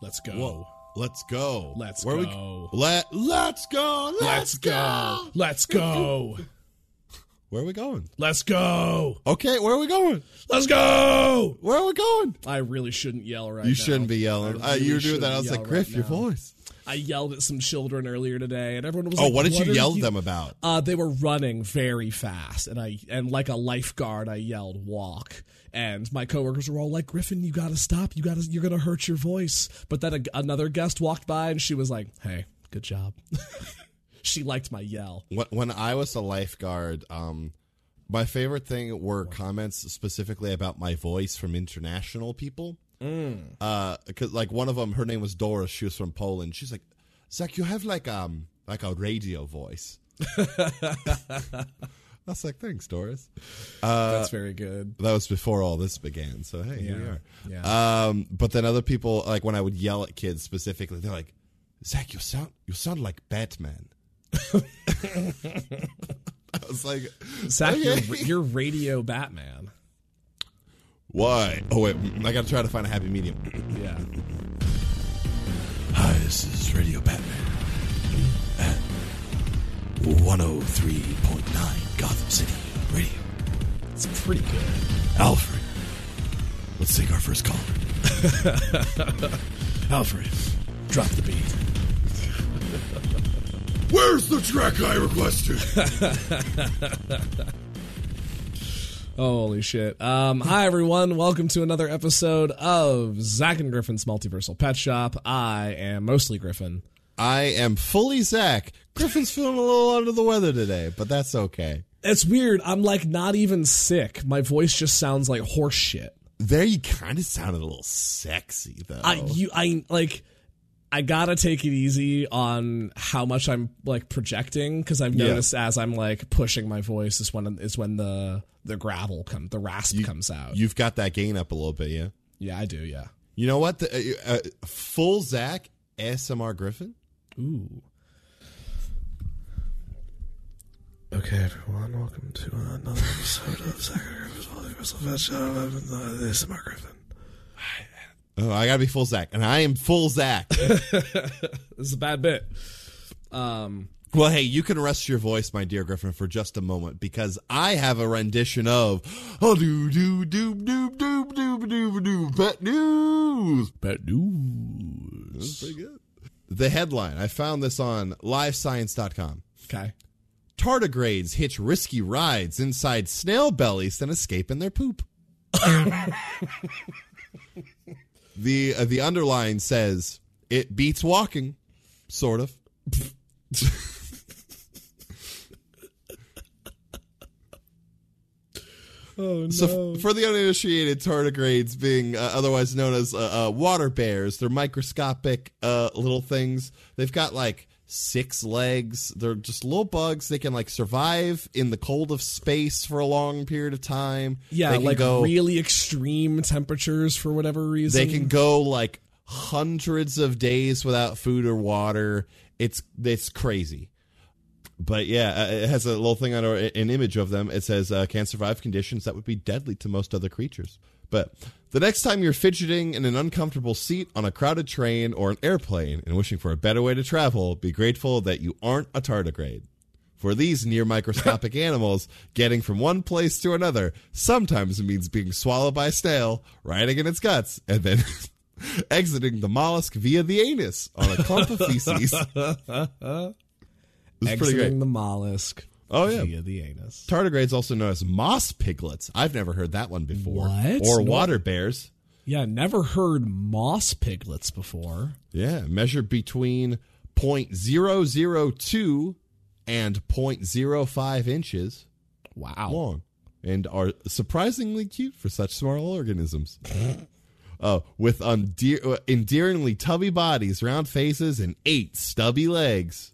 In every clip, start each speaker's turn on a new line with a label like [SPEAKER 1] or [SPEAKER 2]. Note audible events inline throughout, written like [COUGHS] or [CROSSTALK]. [SPEAKER 1] Let's go.
[SPEAKER 2] Whoa. Let's go.
[SPEAKER 1] Let's
[SPEAKER 2] Where
[SPEAKER 1] go.
[SPEAKER 2] We, let, let's go. Let's,
[SPEAKER 1] Let's go. Let's go.
[SPEAKER 2] Where are we going?
[SPEAKER 1] Let's go.
[SPEAKER 2] Okay, where are we going?
[SPEAKER 1] Let's go.
[SPEAKER 2] Where are we going?
[SPEAKER 1] I really shouldn't yell right now.
[SPEAKER 2] you shouldn't be yelling.
[SPEAKER 1] I
[SPEAKER 2] Uh, you
[SPEAKER 1] really
[SPEAKER 2] were doing that.
[SPEAKER 1] shouldn't
[SPEAKER 2] I was
[SPEAKER 1] yell
[SPEAKER 2] like, Griff,
[SPEAKER 1] right
[SPEAKER 2] your
[SPEAKER 1] now.
[SPEAKER 2] voice.
[SPEAKER 1] I yelled at some children earlier today, and everyone was
[SPEAKER 2] Oh,
[SPEAKER 1] like,
[SPEAKER 2] what did you
[SPEAKER 1] are
[SPEAKER 2] yell at them about?
[SPEAKER 1] Uh, they were running very fast, and I and like a lifeguard, I yelled "walk." And my coworkers were all like, "Griffin, you gotta stop. You gotta, you're gonna hurt your voice." But then a, another guest walked by, and she was like, "Hey, good job." [LAUGHS] she liked my yell.
[SPEAKER 2] When, when I was a lifeguard, um, my favorite thing were comments specifically about my voice from international people. Because like one of them, her name was Doris. She was from Poland. She's like, Zach, you have like um like a radio voice. I was like, thanks, Doris. Uh,
[SPEAKER 1] That's very good.
[SPEAKER 2] That was before all this began. So hey, here we are.
[SPEAKER 1] Yeah.
[SPEAKER 2] Um, but then other people, like when I would yell at kids specifically, they're like, "Zach, you sound you sound like Batman." [LAUGHS] I was like,
[SPEAKER 1] Zach,
[SPEAKER 2] Okay.
[SPEAKER 1] you're, you're Radio Batman.
[SPEAKER 2] "Why?" Oh wait, I gotta try to find a happy medium.
[SPEAKER 1] Yeah.
[SPEAKER 2] Hi, this is Radio Batman at one hundred three point nine Gotham City Radio.
[SPEAKER 1] It's pretty good.
[SPEAKER 2] Alfred, let's take our first caller. [LAUGHS]
[SPEAKER 1] Alfred, drop the beat.
[SPEAKER 2] Where's the track I requested?
[SPEAKER 1] [LAUGHS] Holy shit. Um, hi, everyone. Welcome to another episode of Zach and Griffin's Multiversal Pet Shop. I am mostly Griffin.
[SPEAKER 2] I am fully Zach. Griffin's feeling a little under the weather today, but that's okay.
[SPEAKER 1] It's weird. I'm like not even sick. My voice just sounds like horse shit.
[SPEAKER 2] There, you kind of sounded a little sexy though.
[SPEAKER 1] I you I like I gotta take it easy on how much I'm like projecting because I've
[SPEAKER 2] Yeah.
[SPEAKER 1] noticed as I'm like pushing my voice is when is when the the gravel come the rasp comes out.
[SPEAKER 2] You've got that gain up a little bit, yeah.
[SPEAKER 1] yeah, I do. Yeah.
[SPEAKER 2] You know what? The, uh, uh, full Zach ASMR Griffin.
[SPEAKER 1] Ooh.
[SPEAKER 3] Okay, everyone, welcome to another episode of Sacrifice Wrestle Fat Show. I'm Uh, this is Mark Griffin.
[SPEAKER 2] Oh, I gotta be full Zach, and I am full Zach.
[SPEAKER 1] This is a bad bit. Um
[SPEAKER 2] well, hey, you can rest your voice, my dear Griffin, for just a moment because I have a rendition of oh do do do do do do do do pet news.
[SPEAKER 1] bad news.
[SPEAKER 2] Pretty good. The headline I found this on livescience.com.
[SPEAKER 1] Okay.
[SPEAKER 2] Tardigrades hitch risky rides inside snail bellies then escape in their poop. the uh, the underline says it beats walking, sort of.
[SPEAKER 1] [LAUGHS] Oh no.
[SPEAKER 2] So, f- for the uninitiated, tardigrades, being uh, otherwise known as uh, uh, water bears, they're microscopic uh, little things. They've got like six legs. They're just little bugs. They can like survive in the cold of space for a long period of time.
[SPEAKER 1] yeah,
[SPEAKER 2] they can
[SPEAKER 1] like
[SPEAKER 2] go,
[SPEAKER 1] really extreme temperatures for whatever reason.
[SPEAKER 2] They can go like hundreds of days without food or water. It's it's crazy. But yeah, uh, it has a little thing on or an image of them. It says uh, can survive conditions that would be deadly to most other creatures. But the next time you're fidgeting in an uncomfortable seat on a crowded train or an airplane and wishing for a better way to travel, be grateful that you aren't a tardigrade. For these near
[SPEAKER 1] [LAUGHS]
[SPEAKER 2] microscopic animals, getting from one place to another sometimes means being swallowed by a snail, riding in its guts, and then [LAUGHS] exiting the mollusk via the anus on a clump of feces. It's pretty
[SPEAKER 1] exiting
[SPEAKER 2] great.
[SPEAKER 1] the mollusk.
[SPEAKER 2] Oh, yeah.
[SPEAKER 1] Via the anus.
[SPEAKER 2] Tardigrades, also known as moss piglets. I've never heard that one before.
[SPEAKER 1] What?
[SPEAKER 2] Or
[SPEAKER 1] No.
[SPEAKER 2] water bears.
[SPEAKER 1] Yeah, never heard moss piglets before.
[SPEAKER 2] Yeah, measured between 0.002 and 0.05 inches
[SPEAKER 1] Wow.
[SPEAKER 2] long. and are surprisingly cute for such
[SPEAKER 1] [LAUGHS]
[SPEAKER 2] small organisms. Uh, with undear- uh, endearingly tubby bodies, round faces, and eight stubby legs.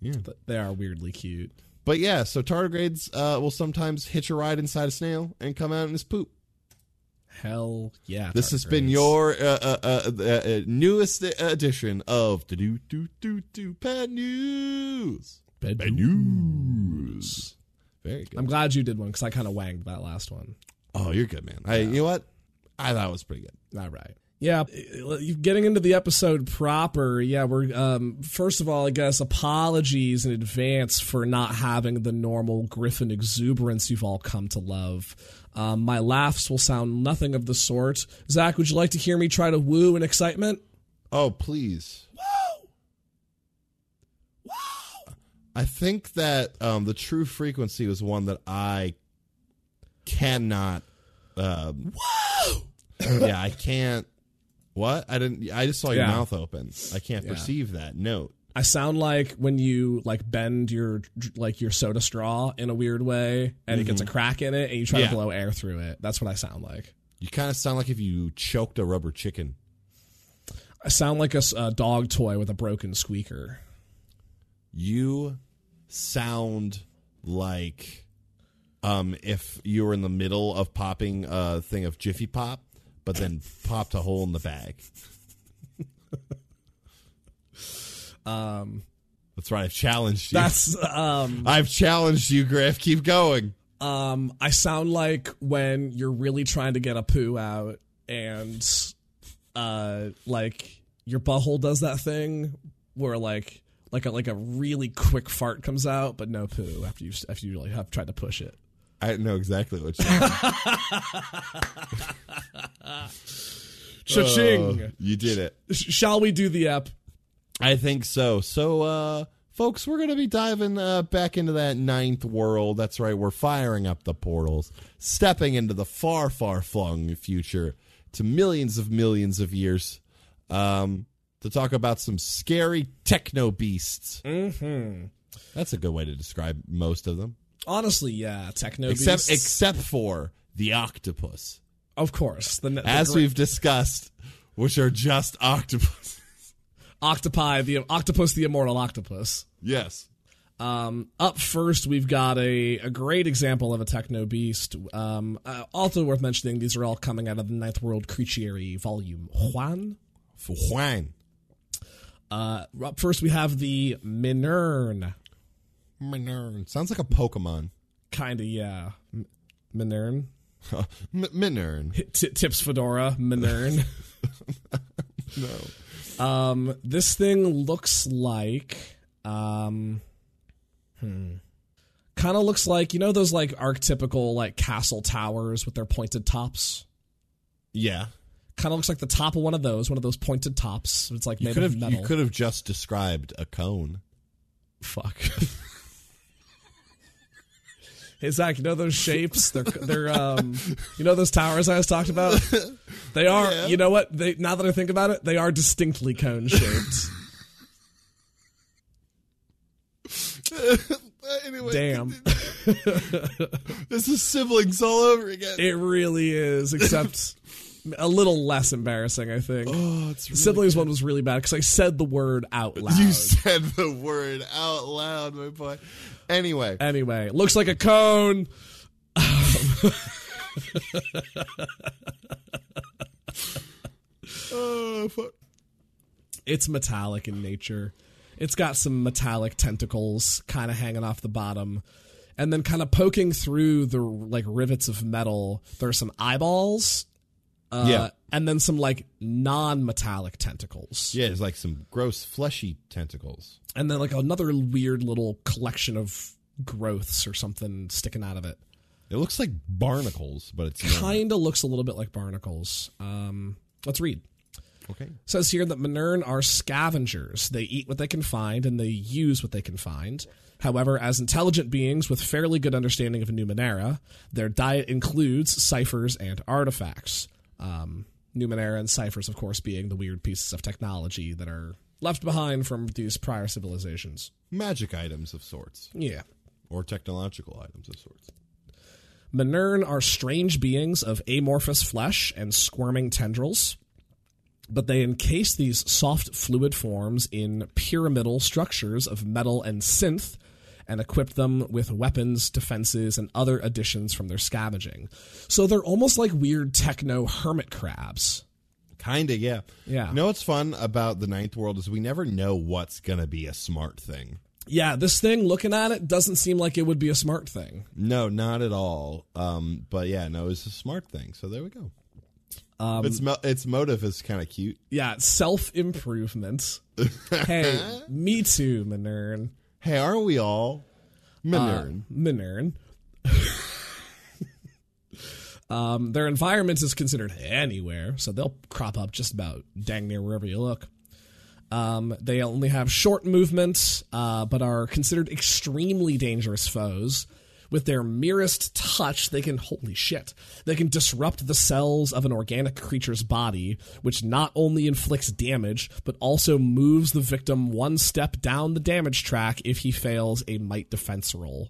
[SPEAKER 1] But they are weirdly cute.
[SPEAKER 2] But yeah, so tardigrades uh, will sometimes hitch a ride inside a snail and come out in his poop.
[SPEAKER 1] Hell yeah.
[SPEAKER 2] This has been
[SPEAKER 1] tardigrades.
[SPEAKER 2] your uh, uh, uh, uh, uh, newest edition of the do do do do pet news.
[SPEAKER 1] Bed-
[SPEAKER 2] Pet news. Very good.
[SPEAKER 1] I'm glad you did one because I kind of wanged that last one.
[SPEAKER 2] oh, you're good, man. I, you know what? I thought it was pretty good.
[SPEAKER 1] All right. Yeah, uh, getting into the episode proper. Yeah, we're um, first of all, I guess apologies in advance for not having the normal Griffin exuberance you've all come to love. Um, my laughs will sound nothing of the sort. Zach, would you like to hear me try to woo in excitement?
[SPEAKER 2] Oh, please. Whoa! Wow. I think that um, the true frequency was one that I cannot. Um, Whoa! [COUGHS] yeah, I can't. What? I didn't. I just saw your
[SPEAKER 1] Yeah.
[SPEAKER 2] mouth open. I can't
[SPEAKER 1] Yeah.
[SPEAKER 2] perceive that note.
[SPEAKER 1] I sound like when you like bend your like your soda straw in a weird way, and it gets a crack in it, and you try
[SPEAKER 2] Yeah.
[SPEAKER 1] to blow air through it. That's what I sound like.
[SPEAKER 2] You kind of sound like if you choked a rubber chicken.
[SPEAKER 1] I sound like a s- a dog toy with a broken squeaker.
[SPEAKER 2] You sound like um, if you were in the middle of popping a thing of Jiffy Pop,
[SPEAKER 1] [LAUGHS]
[SPEAKER 2] but then popped a hole in the bag.
[SPEAKER 1] Um,
[SPEAKER 2] That's right. I've challenged you.
[SPEAKER 1] That's um
[SPEAKER 2] I've challenged you, Griff. Keep going.
[SPEAKER 1] um I sound like when you're really trying to get a poo out and uh like your butthole does that thing where like like a like a really quick fart comes out but no poo after you after you really have tried to push it.
[SPEAKER 2] I know exactly what you're
[SPEAKER 1] Cha-ching.
[SPEAKER 2] Oh, You did it.
[SPEAKER 1] Sh- Shall we do the app?
[SPEAKER 2] I think so. So, uh, folks, we're going to be diving uh, back into that ninth world. That's right. We're firing up the portals, stepping into the far, far flung future to millions of millions of years um, to talk about some scary techno beasts. Mm-hmm. That's a good way to describe most of them,
[SPEAKER 1] Honestly, yeah, techno
[SPEAKER 2] except
[SPEAKER 1] beasts.
[SPEAKER 2] except for the octopus.
[SPEAKER 1] of course. The, the
[SPEAKER 2] as
[SPEAKER 1] great
[SPEAKER 2] we've discussed, which are just octopus. [LAUGHS]
[SPEAKER 1] octopi, the octopus, the immortal octopus.
[SPEAKER 2] yes.
[SPEAKER 1] Um, up first, we've got a, a great example of a techno beast. Um, uh, also worth mentioning, these are all coming out of the Ninth World Creaturey Volume Juan.
[SPEAKER 2] For Juan.
[SPEAKER 1] Uh, up first, we have the Minern.
[SPEAKER 2] Minern. Sounds like a Pokemon.
[SPEAKER 1] Kinda, yeah. M- Minern.
[SPEAKER 2] M- Minern.
[SPEAKER 1] T- tips Fedora,
[SPEAKER 2] [LAUGHS]
[SPEAKER 1] Minern. no. Um, this thing looks like. Um, hmm. Kind of looks like, you know, those like archetypical like castle towers with their pointed tops?
[SPEAKER 2] Yeah.
[SPEAKER 1] kind of looks like the top of one of those, one of those pointed tops. It's like
[SPEAKER 2] You
[SPEAKER 1] made
[SPEAKER 2] could have
[SPEAKER 1] of metal.
[SPEAKER 2] you could have just described a cone.
[SPEAKER 1] Fuck. [LAUGHS] hey Zach, you know those shapes? They're they're um, you know those towers I was talking about. They are. You know what? They now that I think about it, they are distinctly cone shaped.
[SPEAKER 2] [LAUGHS] anyway,
[SPEAKER 1] Damn,
[SPEAKER 2] this is siblings all over again.
[SPEAKER 1] it really is. Except a little less embarrassing, I think.
[SPEAKER 2] [GASPS] oh, it's
[SPEAKER 1] the siblings one was really bad because I said the word out loud.
[SPEAKER 2] you said [LAUGHS] the word out loud, my boy. Anyway,
[SPEAKER 1] Anyway, looks like a cone.
[SPEAKER 2] oh, fuck.
[SPEAKER 1] it's metallic in nature. It's got some metallic tentacles kind of hanging off the bottom. And then kind of poking through the like rivets of metal, there are some eyeballs. Uh,
[SPEAKER 2] Yeah.
[SPEAKER 1] And then some like non metallic tentacles.
[SPEAKER 2] yeah, it's like some gross fleshy tentacles.
[SPEAKER 1] And then like another weird little collection of growths or something sticking out of it.
[SPEAKER 2] It looks like barnacles, but it's not.
[SPEAKER 1] Kind of looks a little bit like barnacles. Um, let's read.
[SPEAKER 2] okay.
[SPEAKER 1] says here that Minern are scavengers. They eat what they can find and they use what they can find. However, as intelligent beings with fairly good understanding of Numenera, their diet includes ciphers and artifacts. Um, Numenera and ciphers, of course, being the weird pieces of technology that are left behind from these prior civilizations.
[SPEAKER 2] Magic items of sorts,
[SPEAKER 1] Yeah.
[SPEAKER 2] or technological items of sorts.
[SPEAKER 1] Minern are strange beings of amorphous flesh and squirming tendrils, but they encase these soft fluid forms in pyramidal structures of metal and synth and equip them with weapons, defenses, and other additions from their scavenging. So they're almost like weird techno hermit crabs.
[SPEAKER 2] Kinda, yeah.
[SPEAKER 1] Yeah.
[SPEAKER 2] You know what's fun about the ninth world is we never know what's gonna be a smart thing.
[SPEAKER 1] Yeah, this thing, looking at it, doesn't seem like it would be a smart thing.
[SPEAKER 2] No, not at all. Um, but yeah, no, it's a smart thing. So there we go. Um, its mo- its motive is kind of cute.
[SPEAKER 1] Yeah, self improvement. hey, me too, Minern.
[SPEAKER 2] Hey, aren't we all? Minern.
[SPEAKER 1] Minern. [LAUGHS] um, their environment is considered anywhere, so they'll crop up just about dang near wherever you look. Um, they only have short movements, uh, but are considered extremely dangerous foes. With their merest touch, they can, holy shit, they can disrupt the cells of an organic creature's body, which not only inflicts damage, but also moves the victim one step down the damage track if he fails a might defense roll.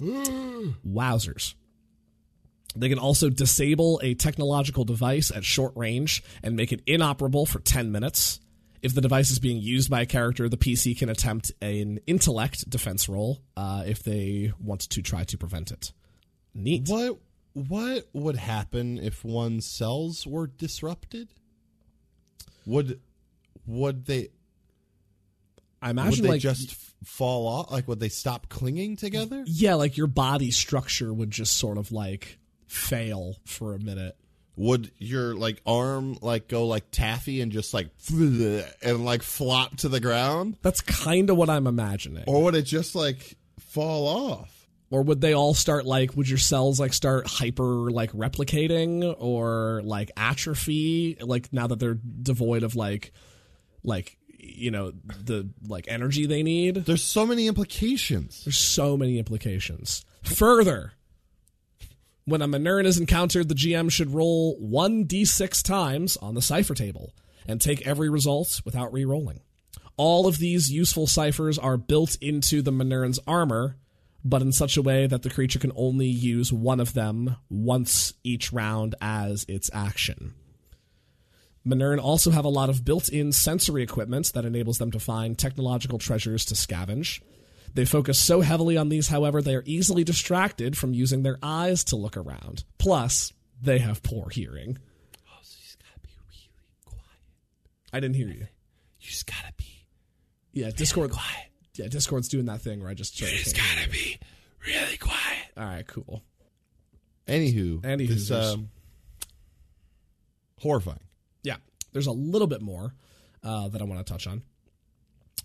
[SPEAKER 1] Wowzers. They can also disable a technological device at short range and make it inoperable for 10 minutes. If the device is being used by a character, the PC can attempt an intellect defense roll uh, if they want to try to prevent it. Neat.
[SPEAKER 2] What what would happen if one's cells were disrupted? Would would they
[SPEAKER 1] I
[SPEAKER 2] would
[SPEAKER 1] imagine
[SPEAKER 2] they
[SPEAKER 1] like
[SPEAKER 2] just f- fall off? Like would they stop clinging together?
[SPEAKER 1] yeah, like your body structure would just sort of like fail for a minute.
[SPEAKER 2] Would your like arm like go like taffy and just like [LAUGHS] and like flop to the ground,
[SPEAKER 1] That's kind of what I'm imagining.
[SPEAKER 2] or would it just like fall off?
[SPEAKER 1] or would they all start like would your cells like start hyper like replicating or like atrophy like now that they're devoid of like like you know the like energy they need
[SPEAKER 2] There's so many implications.
[SPEAKER 1] there's so many implications further when a Minern is encountered, the GM should roll 1d6 times on the cipher table and take every result without re rolling. All of these useful ciphers are built into the Minern's armor, but in such a way that the creature can only use one of them once each round as its action. Minern also have a lot of built in sensory equipment that enables them to find technological treasures to scavenge. They focus so heavily on these, however, they are easily distracted from using their eyes to look around. Plus, they have poor hearing.
[SPEAKER 3] Oh,
[SPEAKER 1] I didn't hear you.
[SPEAKER 3] You just gotta be
[SPEAKER 1] Yeah, Discord. Yeah, Discord's doing that thing where I just. Just
[SPEAKER 3] gotta be really quiet.
[SPEAKER 1] All right, cool.
[SPEAKER 2] Anywho,
[SPEAKER 1] Anywho,
[SPEAKER 2] this,
[SPEAKER 1] there's-
[SPEAKER 2] um, horrifying.
[SPEAKER 1] Yeah, there's a little bit more uh, that I want to touch on.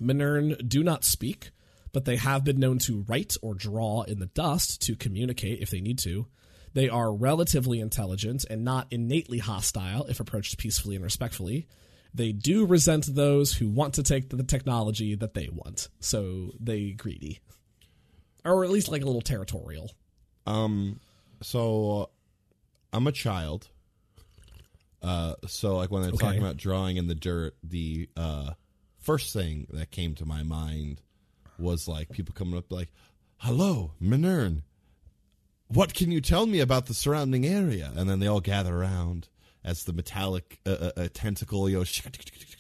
[SPEAKER 1] Minern do not speak, but they have been known to write or draw in the dust to communicate if they need to. They are relatively intelligent and not innately hostile if approached peacefully and respectfully. They do resent those who want to take the technology that they want, so they greedy, or at least like a little territorial.
[SPEAKER 2] Um, so uh, I'm a child. Uh, so like when they're
[SPEAKER 1] Okay.
[SPEAKER 2] talking about drawing in the dirt, the uh first thing that came to my mind was like people coming up like, "Hello, Minern, what can you tell me about the surrounding area?" And then they all gather around as the metallic uh, uh, uh, tentacle, you know,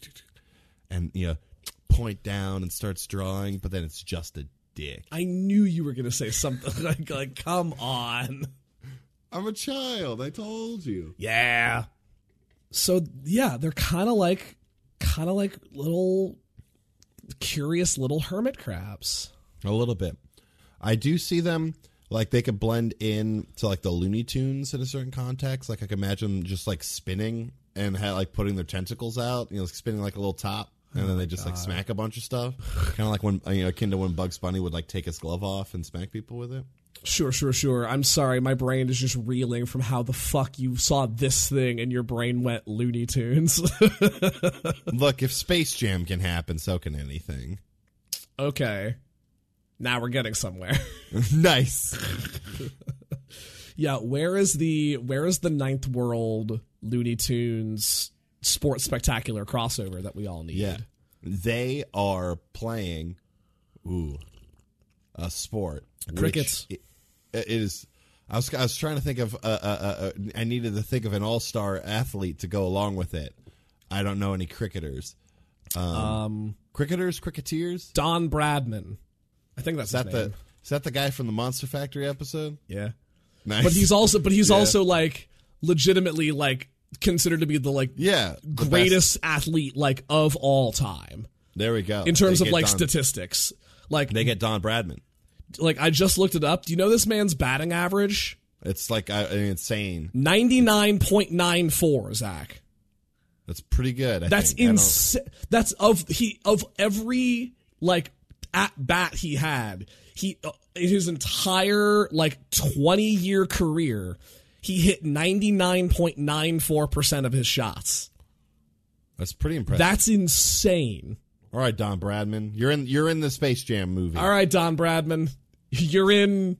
[SPEAKER 2] [LAUGHS] and you know, point down and starts drawing, but then it's just a dick.
[SPEAKER 1] I knew you were gonna say something [LAUGHS] like, like "Come on."
[SPEAKER 2] I'm a child. I told you.
[SPEAKER 1] Yeah. So yeah, they're kind of like kind of like little curious little hermit crabs.
[SPEAKER 2] A little bit. I do see them like they could blend in to like the Looney Tunes in a certain context. Like I can imagine them just like spinning and ha- like putting their tentacles out, you know, spinning like a little top, and then they just like smack a bunch of stuff. kind of like when you know, akin to when Bugs Bunny would like take his glove off and smack people with it.
[SPEAKER 1] Sure, sure, sure. I'm sorry, my brain is just reeling from how the fuck you saw this thing and your brain went Looney Tunes. [LAUGHS]
[SPEAKER 2] Look, if Space Jam can happen, so can anything. [LAUGHS]
[SPEAKER 1] okay. Now we're getting somewhere. [LAUGHS]
[SPEAKER 2] nice.
[SPEAKER 1] yeah, where is the where is the ninth world Looney Tunes sports spectacular crossover that we all need?
[SPEAKER 2] Yeah. They are playing ooh a sport. which
[SPEAKER 1] Crickets.
[SPEAKER 2] i- it is I was I was trying to think of uh, uh, uh, I needed to think of an all star athlete to go along with it. I don't know any cricketers.
[SPEAKER 1] Um,
[SPEAKER 2] Cricketers, cricketeers.
[SPEAKER 1] Don Bradman. I think that's
[SPEAKER 2] Is that
[SPEAKER 1] his
[SPEAKER 2] the
[SPEAKER 1] name.
[SPEAKER 2] is that the guy from the Monster Factory episode?
[SPEAKER 1] yeah.
[SPEAKER 2] Nice.
[SPEAKER 1] But he's also but he's
[SPEAKER 2] Yeah.
[SPEAKER 1] also like legitimately like considered to be the like
[SPEAKER 2] [LAUGHS] yeah the best.
[SPEAKER 1] greatest athlete like of all time
[SPEAKER 2] There we go.
[SPEAKER 1] in terms
[SPEAKER 2] They
[SPEAKER 1] of
[SPEAKER 2] get
[SPEAKER 1] like
[SPEAKER 2] Don-
[SPEAKER 1] statistics. Like
[SPEAKER 2] They get Don Bradman.
[SPEAKER 1] like I just looked it up. Do you know this man's batting average?
[SPEAKER 2] It's like uh, insane.
[SPEAKER 1] Ninety nine point nine four, Zach.
[SPEAKER 2] That's pretty good. I
[SPEAKER 1] That's
[SPEAKER 2] think. I don't-
[SPEAKER 1] insane. That's of he of every like at bat he had. He uh, in his entire like twenty year career, he hit ninety nine point nine four percent of his shots.
[SPEAKER 2] That's pretty impressive.
[SPEAKER 1] That's insane.
[SPEAKER 2] All right, Don Bradman, you're in you're in the Space Jam movie.
[SPEAKER 1] All right, Don Bradman, [LAUGHS] you're in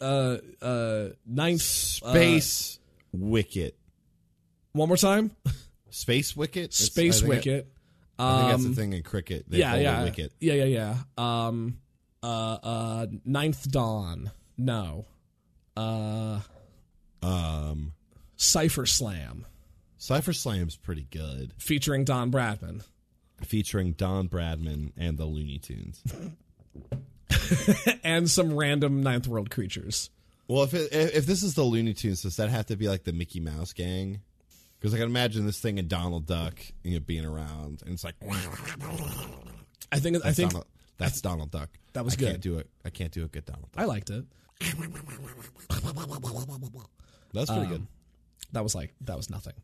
[SPEAKER 1] uh uh ninth uh,
[SPEAKER 2] Space Wicket.
[SPEAKER 1] one more time.
[SPEAKER 2] Space Wicket. It's- I
[SPEAKER 1] Space
[SPEAKER 2] think it-
[SPEAKER 1] Wicket.
[SPEAKER 2] I think that's
[SPEAKER 1] Um,
[SPEAKER 2] the thing in cricket. They
[SPEAKER 1] yeah,
[SPEAKER 2] call
[SPEAKER 1] yeah,
[SPEAKER 2] it wicket.
[SPEAKER 1] yeah, yeah, yeah. Um, uh, uh, Ninth Dawn. No. Uh,
[SPEAKER 2] Um,
[SPEAKER 1] Cipher Slam
[SPEAKER 2] Cipher Slam's pretty good,
[SPEAKER 1] featuring Don Bradman.
[SPEAKER 2] featuring Don Bradman and the Looney Tunes.
[SPEAKER 1] and some random ninth world creatures.
[SPEAKER 2] well, if it, if if this is the Looney Tunes, does that have to be like the Mickey Mouse gang? Because I can imagine this thing and Donald Duck you know, being around, and it's like
[SPEAKER 1] I think I
[SPEAKER 2] that's
[SPEAKER 1] think
[SPEAKER 2] Donald, that's Donald Duck.
[SPEAKER 1] That was
[SPEAKER 2] I
[SPEAKER 1] good.
[SPEAKER 2] Can't do it. I can't do a good Donald. Duck.
[SPEAKER 1] I liked it.
[SPEAKER 2] That's
[SPEAKER 1] Um,
[SPEAKER 2] pretty good.
[SPEAKER 1] That was like that was nothing.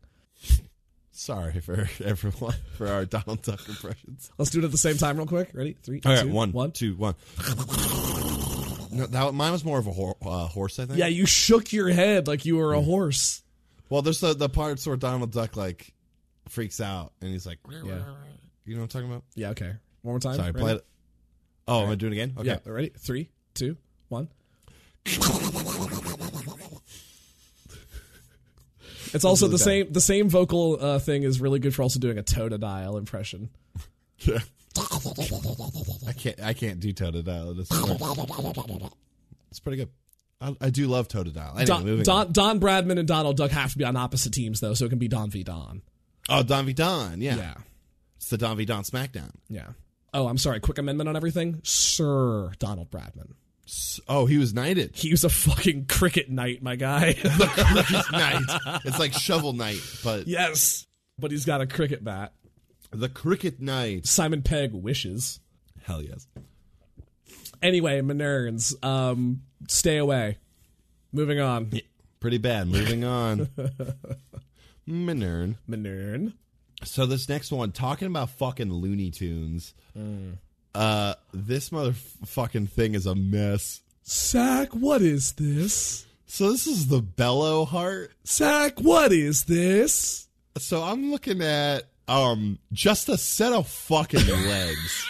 [SPEAKER 2] Sorry for [LAUGHS] everyone for our Donald Duck impressions.
[SPEAKER 1] Let's do it at the same time, real quick. Ready? Three,
[SPEAKER 2] All right,
[SPEAKER 1] two,
[SPEAKER 2] Oh, one,
[SPEAKER 1] one.
[SPEAKER 2] two, one. No, that mine was more of a hor- uh, horse, I think.
[SPEAKER 1] Yeah, you shook your head like you
[SPEAKER 2] Mm.
[SPEAKER 1] were a horse.
[SPEAKER 2] Well, there's the, the parts where Donald Duck like freaks out and he's like,
[SPEAKER 1] Yeah.
[SPEAKER 2] you know what I'm talking about?
[SPEAKER 1] Yeah. Okay. One more time.
[SPEAKER 2] Sorry,
[SPEAKER 1] Ready?
[SPEAKER 2] play it. Oh, am I doing it again? Okay.
[SPEAKER 1] Yeah. Ready? Three, two,
[SPEAKER 2] [LAUGHS]
[SPEAKER 1] one. It's also the
[SPEAKER 2] That's really
[SPEAKER 1] same. The same vocal uh, thing is really good for also doing a totodile impression.
[SPEAKER 2] I can't. I can't do Totodile. That's- It's pretty good. I, I do love Totodile. Anyway,
[SPEAKER 1] Don,
[SPEAKER 2] moving
[SPEAKER 1] Don, Don Bradman and Donald Duck have to be on opposite teams though, so it can be Don v Don.
[SPEAKER 2] on. Oh, Don V Don. Yeah.
[SPEAKER 1] Yeah,
[SPEAKER 2] it's the Don V Don SmackDown.
[SPEAKER 1] yeah. Oh, I'm sorry. Quick amendment on everything. Sir Donald Bradman.
[SPEAKER 2] S- Oh, he was knighted.
[SPEAKER 1] [LAUGHS] He was a fucking cricket knight, my guy. [LAUGHS]
[SPEAKER 2] He's knight. It's like Shovel Knight, but
[SPEAKER 1] yes, but he's got a cricket bat.
[SPEAKER 2] the Cricket Knight.
[SPEAKER 1] Simon Pegg wishes.
[SPEAKER 2] Hell yes.
[SPEAKER 1] Anyway, Minerns, um, stay away. Moving on.
[SPEAKER 2] Pretty bad. Moving on. Minern.
[SPEAKER 1] Minern.
[SPEAKER 2] So this next one, talking about fucking Looney Tunes. Uh, this motherfucking thing is a mess.
[SPEAKER 1] Sack, what is this?
[SPEAKER 2] So this is the bellow heart.
[SPEAKER 1] Sack, what is this?
[SPEAKER 2] So I'm looking at um just a set of fucking legs.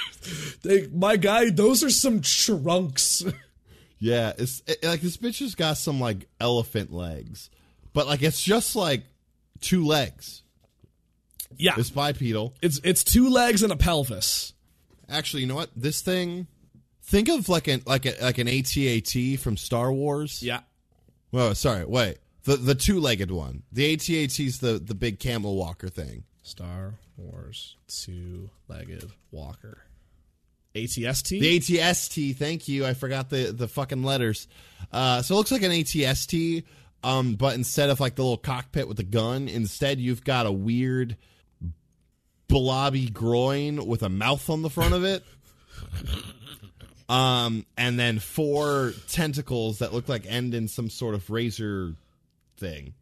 [SPEAKER 1] They, my guy, those are some trunks. [LAUGHS]
[SPEAKER 2] yeah, it's it, like this bitch has got some like elephant legs, but like it's just like two legs.
[SPEAKER 1] yeah.
[SPEAKER 2] It's bipedal.
[SPEAKER 1] It's it's two legs and a pelvis.
[SPEAKER 2] Actually, you know what? This thing, think of like an like a, like an ATAT from Star Wars.
[SPEAKER 1] Yeah.
[SPEAKER 2] Whoa, sorry, wait. The the two legged one. The ATAT's the the big camel walker thing.
[SPEAKER 1] Star Wars two legged walker. ATST?
[SPEAKER 2] The ATST, thank you. I forgot the the fucking letters. Uh so it looks like an ATST, um, but instead of like the little cockpit with the gun, instead you've got a weird blobby groin with a mouth on the front of it. Um, and then four tentacles that look like end in some sort of razor thing.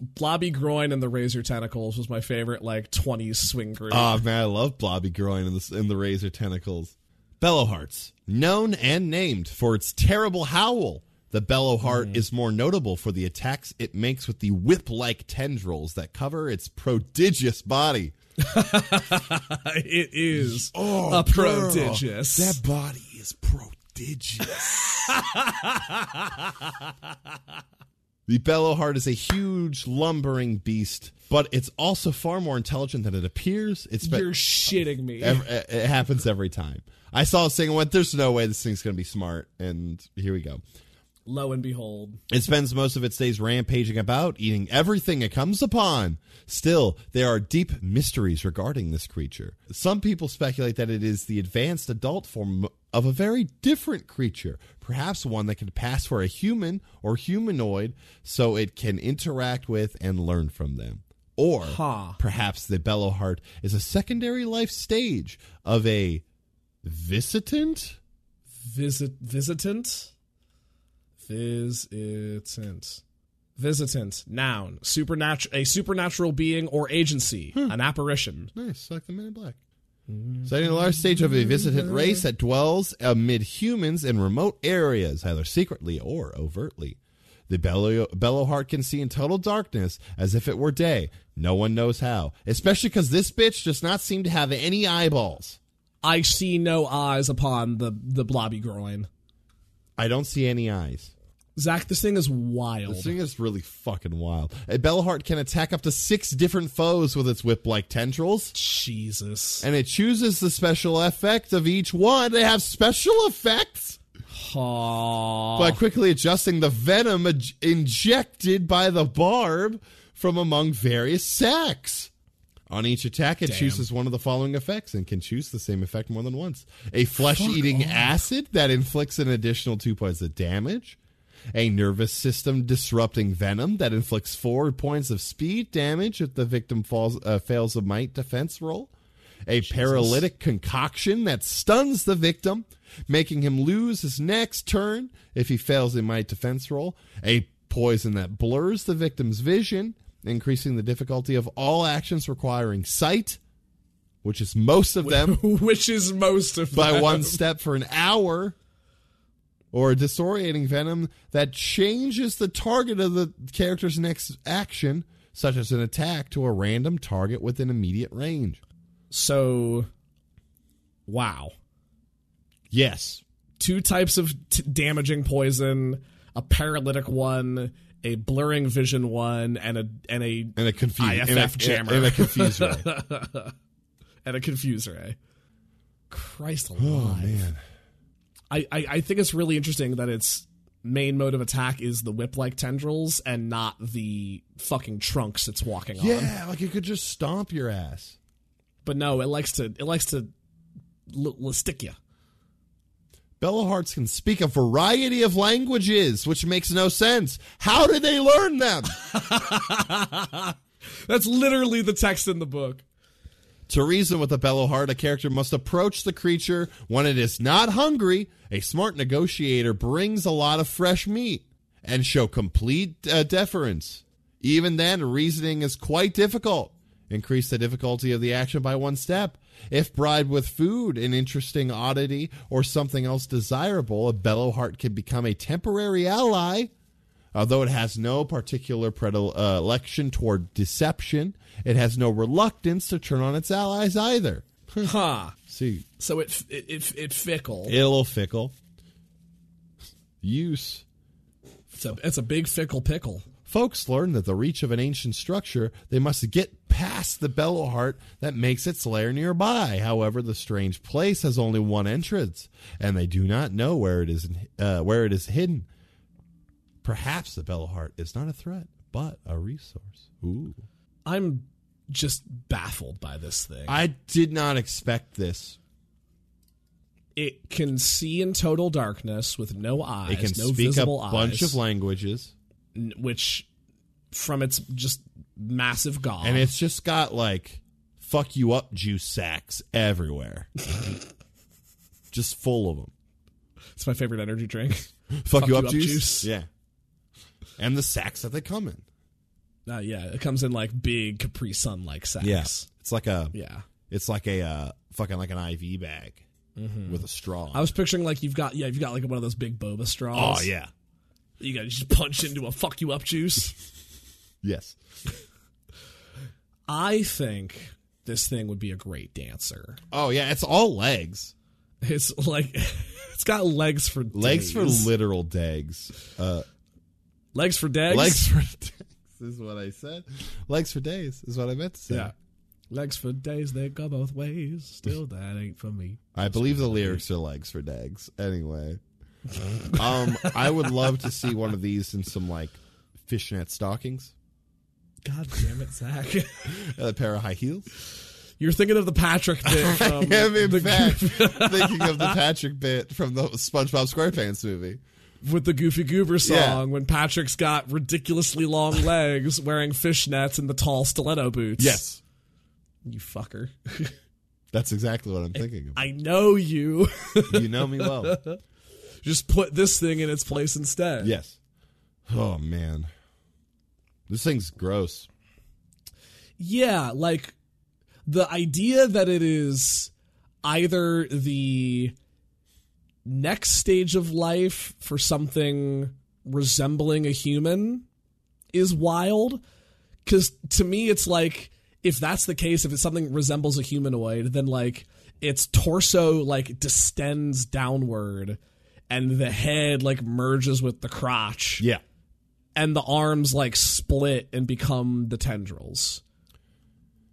[SPEAKER 1] Blobby Groin and the Razor Tentacles was my favorite like twenties swing group.
[SPEAKER 2] Oh man, I love Blobby Groin and the, and the Razor Tentacles. Bellow Hearts, known and named for its terrible howl, the Bellow Heart is more notable for the attacks it makes with the whip-like tendrils that cover its prodigious body. [LAUGHS]
[SPEAKER 1] it is
[SPEAKER 2] Oh,
[SPEAKER 1] a prodigious.
[SPEAKER 2] body is prodigious. the Bellow Heart is a huge, lumbering beast, but it's also far more intelligent than it appears. It's has
[SPEAKER 1] You're shitting me.
[SPEAKER 2] [LAUGHS] Every, it it happens every time. I saw a thing and went, "There's no way this thing's going to be smart," and here we go.
[SPEAKER 1] Lo and behold,
[SPEAKER 2] It spends most of its days rampaging about, eating everything it comes upon. Still, there are deep mysteries regarding this creature. Some people speculate that it is the advanced adult form of a very different creature, perhaps one that could pass for a human or humanoid, so it can interact with and learn from them. Or
[SPEAKER 1] Ha.
[SPEAKER 2] perhaps the Bellow Heart is a secondary life stage of a visitant?
[SPEAKER 1] visit visitant, visitant, visitant. Noun: supernatural, a supernatural being or agency,
[SPEAKER 2] Hmm.
[SPEAKER 1] an apparition.
[SPEAKER 2] Nice, like the Men in Black. Citing a large stage of a visitant race that dwells amid humans in remote areas, either secretly or overtly. The bellow, bellow heart can see in total darkness as if it were day. No one knows how, especially because this bitch does not seem to have any eyeballs.
[SPEAKER 1] I see no eyes upon the the blobby groin.
[SPEAKER 2] I don't see any eyes.
[SPEAKER 1] Zach, this thing is
[SPEAKER 2] This
[SPEAKER 1] wild.
[SPEAKER 2] thing is really fucking wild. A bellow heart can attack up to six different foes with its whip-like tendrils.
[SPEAKER 1] Jesus.
[SPEAKER 2] and it chooses the special effect of each one. They have special effects
[SPEAKER 1] Ha.
[SPEAKER 2] by quickly adjusting the venom ej- injected by the barb from among various sacks. On each attack, it chooses one of the following effects and can choose the same effect more than once a flesh eating acid that inflicts an additional two points of damage, a nervous system disrupting venom that inflicts four points of speed damage if the victim falls, uh, fails a might defense roll, a paralytic concoction that stuns the victim, making him lose his next turn if he fails a might defense roll, a poison that blurs the victim's vision, increasing the difficulty of all actions requiring sight, which is most of them
[SPEAKER 1] [LAUGHS] Which is most of
[SPEAKER 2] by
[SPEAKER 1] them.
[SPEAKER 2] one step for an hour, or a disorienting venom that changes the target of the character's next action, such as an attack, to a random target within immediate range.
[SPEAKER 1] So, wow.
[SPEAKER 2] Yes.
[SPEAKER 1] Two types of t- damaging poison, a paralytic one, a blurring vision one, and a and a
[SPEAKER 2] And a confused
[SPEAKER 1] IFF jammer.
[SPEAKER 2] And a confused roll.
[SPEAKER 1] and a confuser. Eh? Christ alive! I, I I think it's really interesting that its main mode of attack is the whip-like tendrils and not the fucking trunks it's walking on.
[SPEAKER 2] yeah, like it could just stomp your ass.
[SPEAKER 1] But no, it likes to it likes to l- l- stick you.
[SPEAKER 2] Bella Hearts can speak a variety of languages, which makes no sense. How did they learn them?
[SPEAKER 1] That's literally the text in the book.
[SPEAKER 2] To reason with a bellow heart, a character must approach the creature when it is not hungry. A smart negotiator brings a lot of fresh meat and show complete uh, deference. Even then, reasoning is quite difficult. Increase the difficulty of the action by one step. If bribed with food, an interesting oddity, or something else desirable, a bellow heart can become a temporary ally Although it has no particular predilection toward deception, it has no reluctance to turn on its allies either.
[SPEAKER 1] Huh.
[SPEAKER 2] See,
[SPEAKER 1] So it f- it it, it fickle.
[SPEAKER 2] ill fickle. Use.
[SPEAKER 1] it's, a, it's a big fickle pickle.
[SPEAKER 2] Folks learn that the reach of an ancient structure, they must get past the bellow heart that makes its lair nearby. However, the strange place has only one entrance, and they do not know where it is uh, where it is hidden. Perhaps the bellow heart is not a threat, but a resource. Ooh.
[SPEAKER 1] I'm just baffled by this thing.
[SPEAKER 2] I did not expect this.
[SPEAKER 1] it can see in total darkness with no eyes,
[SPEAKER 2] It can
[SPEAKER 1] no
[SPEAKER 2] speak a
[SPEAKER 1] visible
[SPEAKER 2] bunch
[SPEAKER 1] eyes,
[SPEAKER 2] of languages,
[SPEAKER 1] n- which from its just massive gob.
[SPEAKER 2] and it's just got like "fuck you up" juice sacks
[SPEAKER 1] [LAUGHS]
[SPEAKER 2] everywhere, just full of them.
[SPEAKER 1] it's my favorite energy drink. [LAUGHS]
[SPEAKER 2] Fuck, you,
[SPEAKER 1] you
[SPEAKER 2] up,
[SPEAKER 1] up
[SPEAKER 2] juice?
[SPEAKER 1] juice.
[SPEAKER 2] yeah. And the sacks that they come in,
[SPEAKER 1] uh, yeah, it comes in like big Capri Sun like sacks.
[SPEAKER 2] it's like a,
[SPEAKER 1] Yeah.
[SPEAKER 2] it's like a uh, fucking like an IV bag with a straw.
[SPEAKER 1] Mm-hmm. I was picturing like you've got yeah you've got like one of those big boba straws.
[SPEAKER 2] oh yeah,
[SPEAKER 1] you got to just punch into a fuck you up juice. [LAUGHS]
[SPEAKER 2] yes.
[SPEAKER 1] I think this thing would be a great dancer.
[SPEAKER 2] Oh yeah, it's all legs,
[SPEAKER 1] It's like [LAUGHS] it's got legs for
[SPEAKER 2] legs for
[SPEAKER 1] days.
[SPEAKER 2] literal dags. Uh,
[SPEAKER 1] legs for days.
[SPEAKER 2] legs for dags is what I said. Legs for days is what I meant to say.
[SPEAKER 1] yeah. Legs for days, they go both ways. Still, that ain't for me.
[SPEAKER 2] [LAUGHS] I believe the lyrics are legs for dags. Anyway, Um, I would love to see one of these in some like fishnet stockings,
[SPEAKER 1] God damn it, Zach.
[SPEAKER 2] and a pair of high heels.
[SPEAKER 1] [LAUGHS] You're thinking of the Patrick bit. [LAUGHS]
[SPEAKER 2] [LAUGHS]
[SPEAKER 1] From
[SPEAKER 2] I am in
[SPEAKER 1] the,
[SPEAKER 2] fact thinking of the Patrick bit from the SpongeBob SquarePants movie.
[SPEAKER 1] with the Goofy Goober song
[SPEAKER 2] Yeah.
[SPEAKER 1] when Patrick's got ridiculously [LAUGHS] long legs wearing fishnets and the tall stiletto boots.
[SPEAKER 2] Yes,
[SPEAKER 1] You fucker.
[SPEAKER 2] that's exactly what I'm thinking
[SPEAKER 1] I know you. [LAUGHS]
[SPEAKER 2] of. You know me well.
[SPEAKER 1] Just put this thing in its place instead.
[SPEAKER 2] [LAUGHS] Yes. Oh man, this thing's gross.
[SPEAKER 1] Yeah, like the idea that it is either the next stage of life for something resembling a human is wild. Because to me, it's like if that's the case, if it's something resembles a humanoid, then like its torso like distends downward and the head like merges with the crotch
[SPEAKER 2] Yeah.
[SPEAKER 1] and the arms like split and become the tendrils.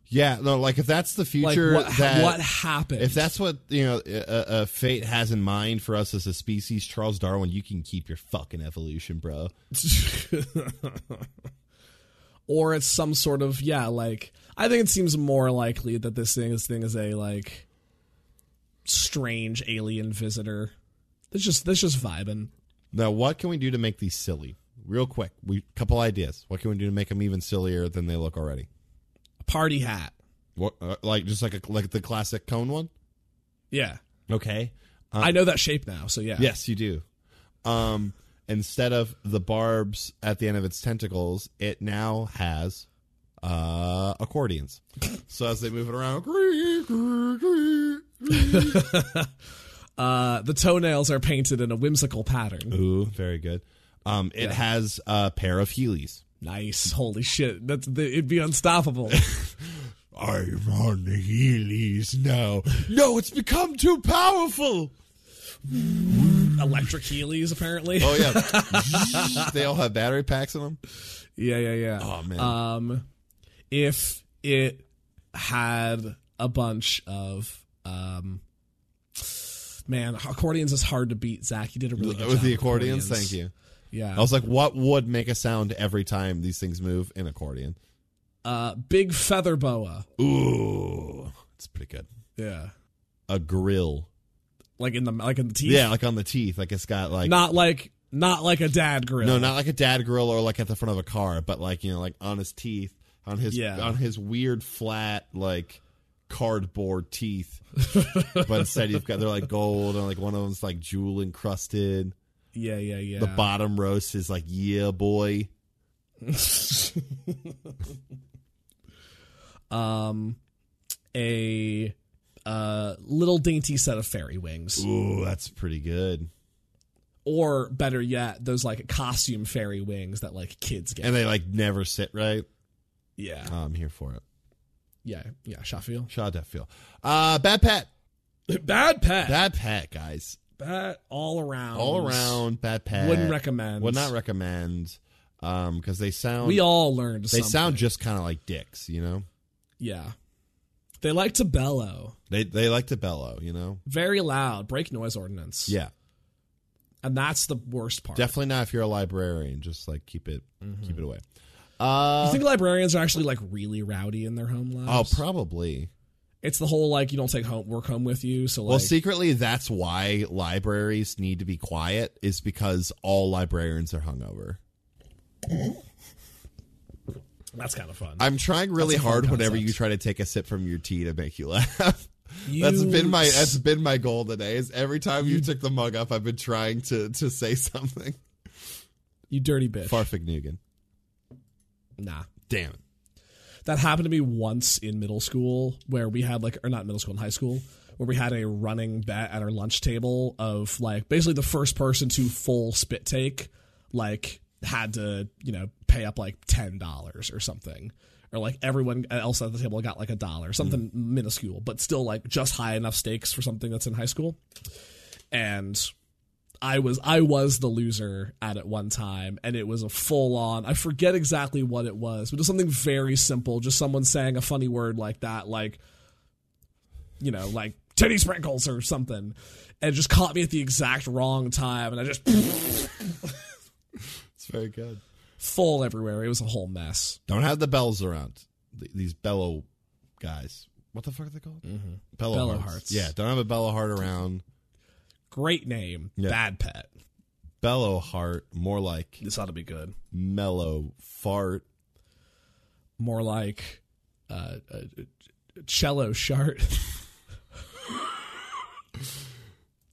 [SPEAKER 2] Yeah, no, like if that's the
[SPEAKER 1] like
[SPEAKER 2] future,
[SPEAKER 1] what,
[SPEAKER 2] that,
[SPEAKER 1] what happened
[SPEAKER 2] if that's what you know, uh, uh, fate has in mind for us as a species, Charles Darwin, you can keep your fucking evolution, bro.
[SPEAKER 1] [LAUGHS] or it's some sort of yeah like i think it seems more likely that this thing this thing is a like strange alien visitor that's just that's just vibing
[SPEAKER 2] Now, what can we do to make these silly? Real quick, we couple ideas. What can we do to make them even sillier than they look already?
[SPEAKER 1] party hat
[SPEAKER 2] What, uh, like just like a, like the classic cone one?
[SPEAKER 1] yeah
[SPEAKER 2] Okay. Uh,
[SPEAKER 1] i know that shape now so yeah
[SPEAKER 2] Yes, you do. Um, instead of the barbs at the end of its tentacles, it now has uh, accordions. [LAUGHS] so as they move it around, [LAUGHS]
[SPEAKER 1] uh the toenails are painted in a whimsical pattern
[SPEAKER 2] ooh, very good. Um, it has a pair of heelys.
[SPEAKER 1] nice holy shit that's the, it'd be
[SPEAKER 2] [LAUGHS]
[SPEAKER 1] unstoppable
[SPEAKER 2] I'm on the heelys now. No, it's become too powerful.
[SPEAKER 1] electric heelys apparently
[SPEAKER 2] Oh yeah, [LAUGHS] they all have battery packs in them.
[SPEAKER 1] Yeah, yeah, yeah.
[SPEAKER 2] Oh, man.
[SPEAKER 1] Um, if it had a bunch of um, man, accordions is hard to beat. Zach, you did a really good
[SPEAKER 2] With
[SPEAKER 1] job
[SPEAKER 2] the
[SPEAKER 1] with
[SPEAKER 2] accordions, thank you. I
[SPEAKER 1] Yeah,
[SPEAKER 2] was like, what would make a sound every time these things move? An accordion.
[SPEAKER 1] uh, big feather boa.
[SPEAKER 2] Ooh, it's pretty good.
[SPEAKER 1] Yeah,
[SPEAKER 2] A grill.
[SPEAKER 1] like in the like in the teeth.
[SPEAKER 2] Yeah, like on the teeth. Like it's got like
[SPEAKER 1] not like not like a dad grill.
[SPEAKER 2] no, not like a dad grill or like at the front of a car, but like you know, like on his teeth, on his
[SPEAKER 1] Yeah.
[SPEAKER 2] on his weird flat like cardboard
[SPEAKER 1] [LAUGHS]
[SPEAKER 2] teeth. but instead, you've got they're like gold and like one of them's like jewel encrusted.
[SPEAKER 1] Yeah, yeah, yeah.
[SPEAKER 2] The bottom roast is like yeah, boy.
[SPEAKER 1] [LAUGHS] um, a uh little dainty set of fairy wings.
[SPEAKER 2] Ooh, that's pretty good.
[SPEAKER 1] or better yet, those like costume fairy wings that like kids get.
[SPEAKER 2] And they like never sit right.
[SPEAKER 1] yeah,
[SPEAKER 2] Oh, I'm here for it.
[SPEAKER 1] yeah, yeah. Shafiel.
[SPEAKER 2] Shaw Def feel. Uh, bad pet.
[SPEAKER 1] [LAUGHS] Bad pet.
[SPEAKER 2] Bad pet, guys.
[SPEAKER 1] Bad all around.
[SPEAKER 2] all around bad pet.
[SPEAKER 1] Wouldn't recommend.
[SPEAKER 2] Would not recommend. Um, because they sound
[SPEAKER 1] We all learned.
[SPEAKER 2] they
[SPEAKER 1] something.
[SPEAKER 2] sound just kind of like dicks, you know.
[SPEAKER 1] Yeah. They like to bellow
[SPEAKER 2] They they like to bellow, you know.
[SPEAKER 1] very loud, break noise ordinance.
[SPEAKER 2] Yeah,
[SPEAKER 1] and that's the worst part.
[SPEAKER 2] definitely not if you're a librarian. Just like keep it
[SPEAKER 1] Mm-hmm.
[SPEAKER 2] keep it away. Uh,
[SPEAKER 1] You think librarians are actually like really rowdy in their home lives?
[SPEAKER 2] oh, probably.
[SPEAKER 1] it's the whole like you don't take home work home with you. So like,
[SPEAKER 2] well, secretly, that's why libraries need to be quiet. Is because all librarians are hungover.
[SPEAKER 1] that's kind of fun.
[SPEAKER 2] I'm trying really
[SPEAKER 1] That's a fun
[SPEAKER 2] hard whenever
[SPEAKER 1] concept.
[SPEAKER 2] you try to take a sip from your tea to make you laugh. [LAUGHS]
[SPEAKER 1] You
[SPEAKER 2] That's been my
[SPEAKER 1] s-
[SPEAKER 2] that's been my goal today. Is every time you took the mug up, I've been trying to to say [LAUGHS] something.
[SPEAKER 1] you dirty bitch.
[SPEAKER 2] Farfignugan.
[SPEAKER 1] nah.
[SPEAKER 2] Damn it.
[SPEAKER 1] That happened to me once in middle school where we had like or not middle school in high school where we had a running bet at our lunch table of like basically the first person to full spit take like had to, you know, pay up like $10 or something. Or like everyone else at the table got like a dollar, something
[SPEAKER 2] Mm-hmm.
[SPEAKER 1] minuscule, but still like just high enough stakes for something that's in high school. And I was I was the loser at it one time, and it was a full on. I forget exactly what it was, but it was something very simple, just someone saying a funny word like that, like you know, like titty sprinkles or something, and it just caught me at the exact wrong time, and I just [LAUGHS]
[SPEAKER 2] It's very good.
[SPEAKER 1] full everywhere. It was a whole mess.
[SPEAKER 2] Don't have the bells around. Th- These bellow guys. What the fuck are they called? Mm-hmm. Bellow,
[SPEAKER 1] Bellow
[SPEAKER 2] hearts.
[SPEAKER 1] hearts.
[SPEAKER 2] Yeah, don't have a bellow heart around.
[SPEAKER 1] Great name,
[SPEAKER 2] Yeah.
[SPEAKER 1] bad pet.
[SPEAKER 2] Bellow heart, more like
[SPEAKER 1] This ought to be good.
[SPEAKER 2] mellow fart.
[SPEAKER 1] More like uh, uh, cello shart.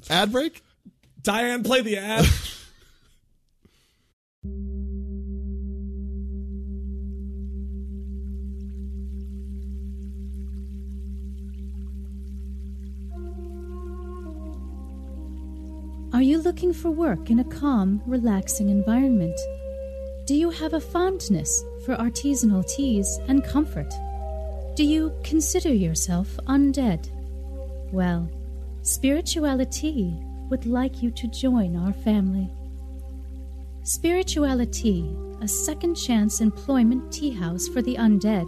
[SPEAKER 2] Ad break?
[SPEAKER 1] [LAUGHS] Diane, play the ad.
[SPEAKER 4] Are you looking for work in a calm, relaxing environment? Do you have a fondness for artisanal teas and comfort? Do you consider yourself undead? Well, Spirituality would like you to join our family. Spirituality, a second chance employment tea house for the undead,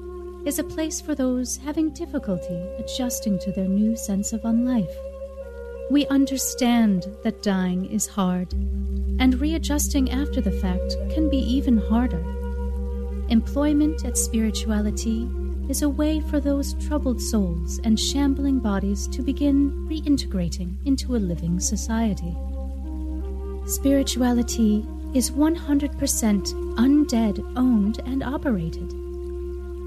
[SPEAKER 4] is a place for those having difficulty adjusting to their new sense of unlife. We understand that dying is hard, and readjusting after the fact can be even harder. Employment at spirituality is a way for those troubled souls and shambling bodies to begin reintegrating into a living society. Spirituality is 100% undead owned and operated.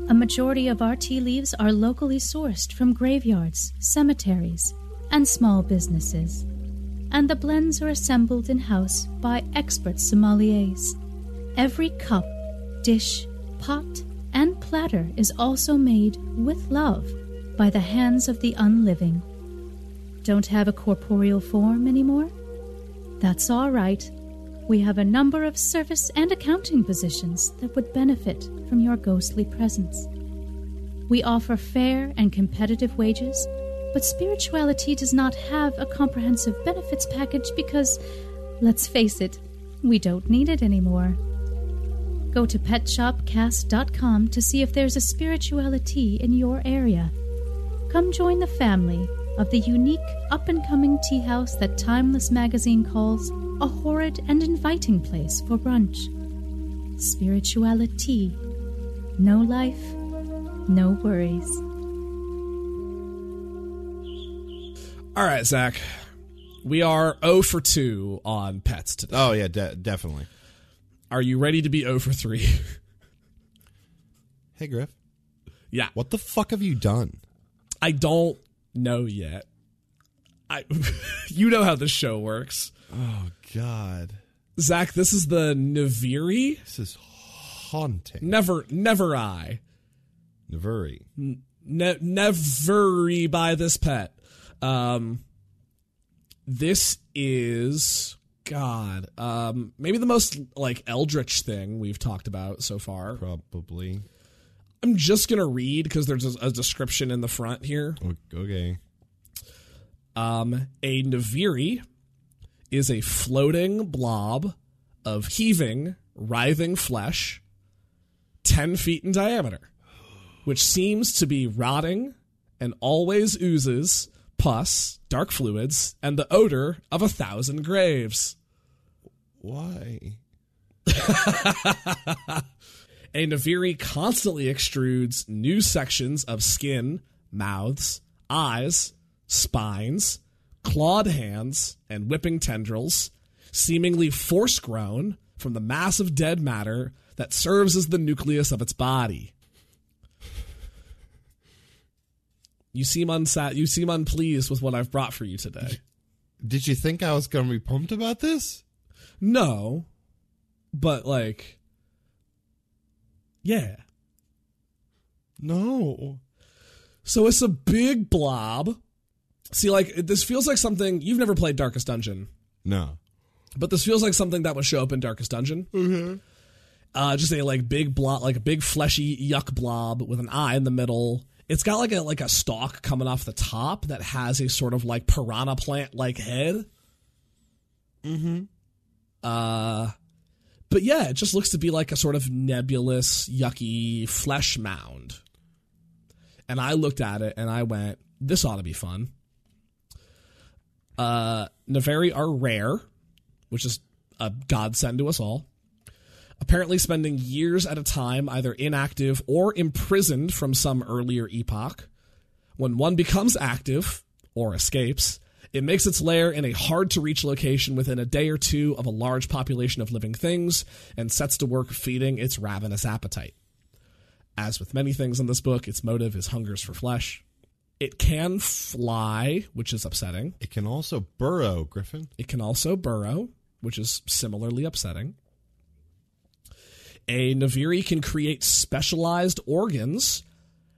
[SPEAKER 4] A majority of our tea leaves are locally sourced from graveyards, cemeteries, and small businesses. And the blends are assembled in house by expert sommeliers. Every cup, dish, pot, and platter is also made with love by the hands of the unliving. Don't have a corporeal form anymore? That's all right. We have a number of service and accounting positions that would benefit from your ghostly presence. We offer fair and competitive wages, but spirituality does not have a comprehensive benefits package because, let's face it, we don't need it anymore. Go to petshopcast.com to see if there's a spirituality in your area. Come join the family of the unique up and coming tea house that Timeless Magazine calls a horrid and inviting place for brunch. Spirituality. No life, no worries.
[SPEAKER 1] All right, Zach. We are 0 for 2 on pets today.
[SPEAKER 2] Oh, yeah, de- definitely.
[SPEAKER 1] Are you ready to be 0 for 3?
[SPEAKER 2] Hey, Griff.
[SPEAKER 1] [LAUGHS] yeah.
[SPEAKER 2] What the fuck have you done?
[SPEAKER 1] I don't know yet. I [LAUGHS] you know how this show works.
[SPEAKER 2] Oh, God.
[SPEAKER 1] Zach, this is the Naviri.
[SPEAKER 2] This is haunting.
[SPEAKER 1] Never never I.
[SPEAKER 2] Navuri.
[SPEAKER 1] Ne- never buy this pet. Um this is God. Um maybe the most like eldritch thing we've talked about so far.
[SPEAKER 2] Probably.
[SPEAKER 1] I'm just gonna read because there's a, a description in the front here.
[SPEAKER 2] O- Okay.
[SPEAKER 1] Um, a naviri is a floating blob of heaving, writhing flesh, ten feet in diameter, which seems to be rotting and always oozes pus, dark fluids, and the odor of a thousand graves.
[SPEAKER 2] Why?
[SPEAKER 1] A Naviri constantly extrudes new sections of skin, mouths, eyes, spines, clawed hands, and whipping tendrils, seemingly force grown from the mass of dead matter that serves as the nucleus of its body. You seem unsat you seem unpleased with what I've brought for you today.
[SPEAKER 2] Did you think I was going to be pumped about this?
[SPEAKER 1] No. But like Yeah.
[SPEAKER 2] No.
[SPEAKER 1] So it's a big blob. See, like this feels like something you've never played Darkest Dungeon,
[SPEAKER 2] No.
[SPEAKER 1] but this feels like something that would show up in Darkest Dungeon. Mm-hmm. Uh, just a like big blob, like a big fleshy yuck blob with an eye in the middle. It's got like a like a stalk coming off the top that has a sort of like piranha plant like head. Mm-hmm. Uh, but yeah, it just looks to be like a sort of nebulous, yucky flesh mound. And I looked at it and I went, "This ought to be fun." Uh, Neferi are rare, which is a godsend to us all. Apparently, spending years at a time either inactive or imprisoned from some earlier epoch. When one becomes active or escapes, it makes its lair in a hard to reach location within a day or two of a large population of living things and sets to work feeding its ravenous appetite. As with many things in this book, its motive is hungers for flesh. It can fly, which is upsetting.
[SPEAKER 2] It can also burrow, Griffin.
[SPEAKER 1] It can also burrow, which is similarly upsetting. A Naviri can create specialized organs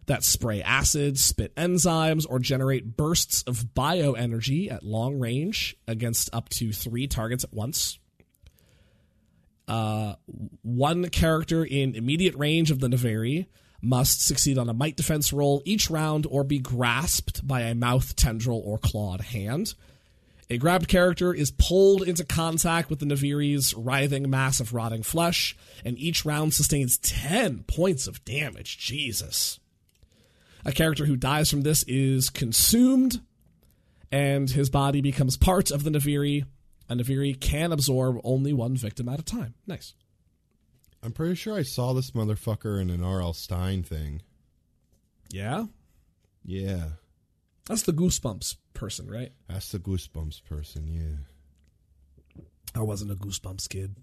[SPEAKER 1] that spray acid, spit enzymes, or generate bursts of bioenergy at long range against up to three targets at once. Uh, one character in immediate range of the Naveri must succeed on a might defense roll each round or be grasped by a mouth, tendril, or clawed hand. A grabbed character is pulled into contact with the Naviri's writhing mass of rotting flesh, and each round sustains 10 points of damage. Jesus. A character who dies from this is consumed, and his body becomes part of the Naviri. A Naviri can absorb only one victim at a time. Nice.
[SPEAKER 2] I'm pretty sure I saw this motherfucker in an R.L. Stein thing.
[SPEAKER 1] Yeah?
[SPEAKER 2] Yeah.
[SPEAKER 1] That's the Goosebumps person, right?
[SPEAKER 2] That's the Goosebumps person, yeah.
[SPEAKER 1] I wasn't a Goosebumps kid.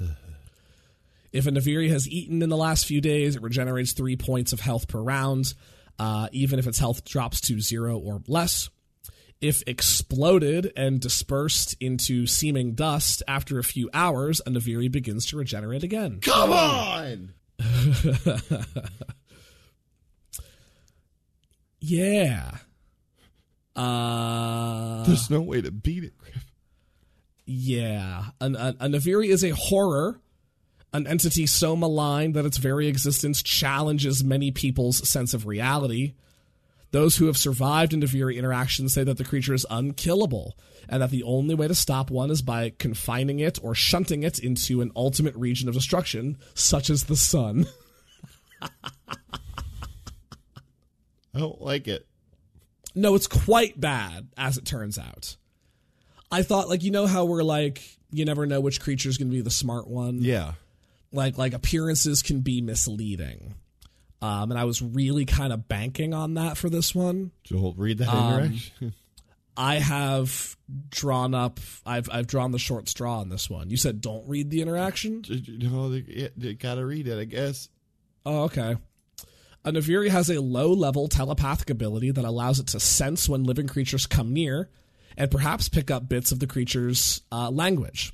[SPEAKER 1] [LAUGHS] if a Naviri has eaten in the last few days, it regenerates three points of health per round, uh, even if its health drops to zero or less. If exploded and dispersed into seeming dust after a few hours, a Naviri begins to regenerate again.
[SPEAKER 2] Come on!
[SPEAKER 1] Yeah. Uh,
[SPEAKER 2] There's no way to beat it, Griffin.
[SPEAKER 1] Yeah. An, an, a Naviri is a horror, an entity so malign that its very existence challenges many people's sense of reality. Those who have survived a Naviri interaction say that the creature is unkillable, and that the only way to stop one is by confining it or shunting it into an ultimate region of destruction, such as the sun. [LAUGHS]
[SPEAKER 2] I don't like it.
[SPEAKER 1] No, it's quite bad, as it turns out. I thought, like, you know how we're like, you never know which creature's going to be the smart one.
[SPEAKER 2] Yeah.
[SPEAKER 1] Like, like appearances can be misleading. Um, and I was really kind of banking on that for this one.
[SPEAKER 2] Joel, read that interaction. [LAUGHS]
[SPEAKER 1] I have drawn up, I've I've drawn the short straw on this one. You said don't read the interaction.
[SPEAKER 2] no, they, yeah, they gotta read it, I guess.
[SPEAKER 1] Oh, okay. A Naviri has a low level telepathic ability that allows it to sense when living creatures come near and perhaps pick up bits of the creature's uh, language.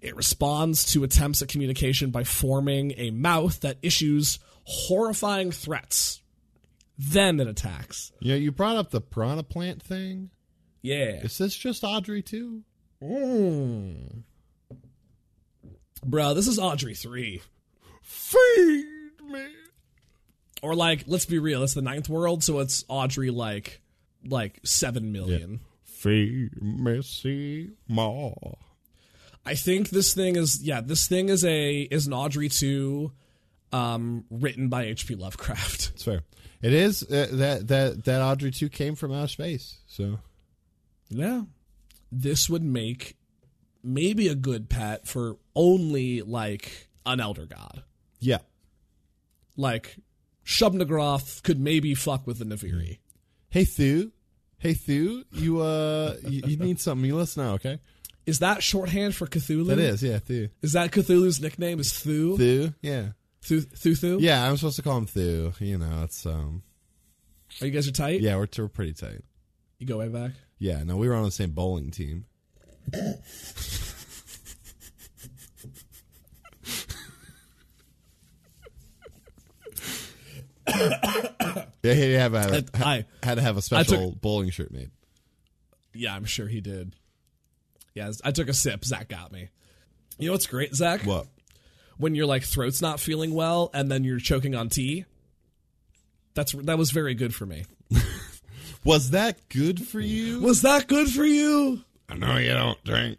[SPEAKER 1] It responds to attempts at communication by forming a mouth that issues horrifying threats. Then it attacks.
[SPEAKER 2] Yeah, you brought up the piranha plant thing.
[SPEAKER 1] Yeah.
[SPEAKER 2] Is this just Audrey too?
[SPEAKER 1] Mm. Bro, this is Audrey 3.
[SPEAKER 2] Feed me.
[SPEAKER 1] Or, like, let's be real, it's the ninth world, so it's Audrey, like, like 7 million.
[SPEAKER 2] Feed me, see more.
[SPEAKER 1] I think this thing is yeah, this thing is a is an Audrey 2 um written by HP
[SPEAKER 2] [LAUGHS]
[SPEAKER 1] Lovecraft.
[SPEAKER 2] It's fair. It is uh, that that that Audrey too came from outer space. So
[SPEAKER 1] Yeah. This would make maybe a good pet for only like an elder god.
[SPEAKER 2] yeah,
[SPEAKER 1] Like Shubnagroth could maybe fuck with the Naviri.
[SPEAKER 2] Hey Thu, hey Thu, you uh, [LAUGHS] you, you need something. You let us know, okay?
[SPEAKER 1] Is that shorthand for Cthulhu?
[SPEAKER 2] That is, yeah, Thu,
[SPEAKER 1] Is that Cthulhu's nickname is Thu?
[SPEAKER 2] Thu, yeah,
[SPEAKER 1] Thu Thu Thu?
[SPEAKER 2] yeah. I'm supposed to call him Thu. You know, it's um,
[SPEAKER 1] Are you guys are tight?
[SPEAKER 2] yeah, we're, we're pretty tight.
[SPEAKER 1] You go way back.
[SPEAKER 2] Yeah, no, we were on the same bowling team. [LAUGHS] yeah, he had to have a,
[SPEAKER 1] I
[SPEAKER 2] had to have a
[SPEAKER 1] took-
[SPEAKER 2] special bowling shirt made.
[SPEAKER 1] Yeah, I'm sure he did. Yeah, I took a sip. Zach got me. You know what's great, Zach?
[SPEAKER 2] What?
[SPEAKER 1] When your like throat's not feeling well and then you're choking on tea. That's that was very good for me.
[SPEAKER 2] Was that good for you?
[SPEAKER 1] Was that good for you?
[SPEAKER 2] I know you don't drink.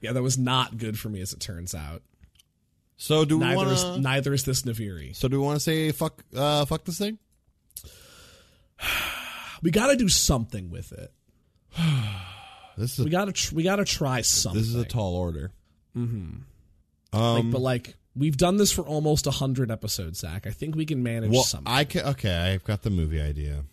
[SPEAKER 1] Yeah, that was not good for me as it turns out.
[SPEAKER 2] So do we
[SPEAKER 1] Neither
[SPEAKER 2] want
[SPEAKER 1] is
[SPEAKER 2] to?
[SPEAKER 1] neither is this Naviri.
[SPEAKER 2] so do we want to say fuck? Uh, fuck this thing.
[SPEAKER 1] We got to do something with it.
[SPEAKER 2] This is
[SPEAKER 1] We
[SPEAKER 2] a,
[SPEAKER 1] gotta tr- we gotta try something.
[SPEAKER 2] this is a tall order.
[SPEAKER 1] Mm-hmm.
[SPEAKER 2] Um,
[SPEAKER 1] Like, but like we've done this for almost hundred episodes, Zach. I think we can manage
[SPEAKER 2] Well,
[SPEAKER 1] something.
[SPEAKER 2] I can, okay, I've got the movie idea.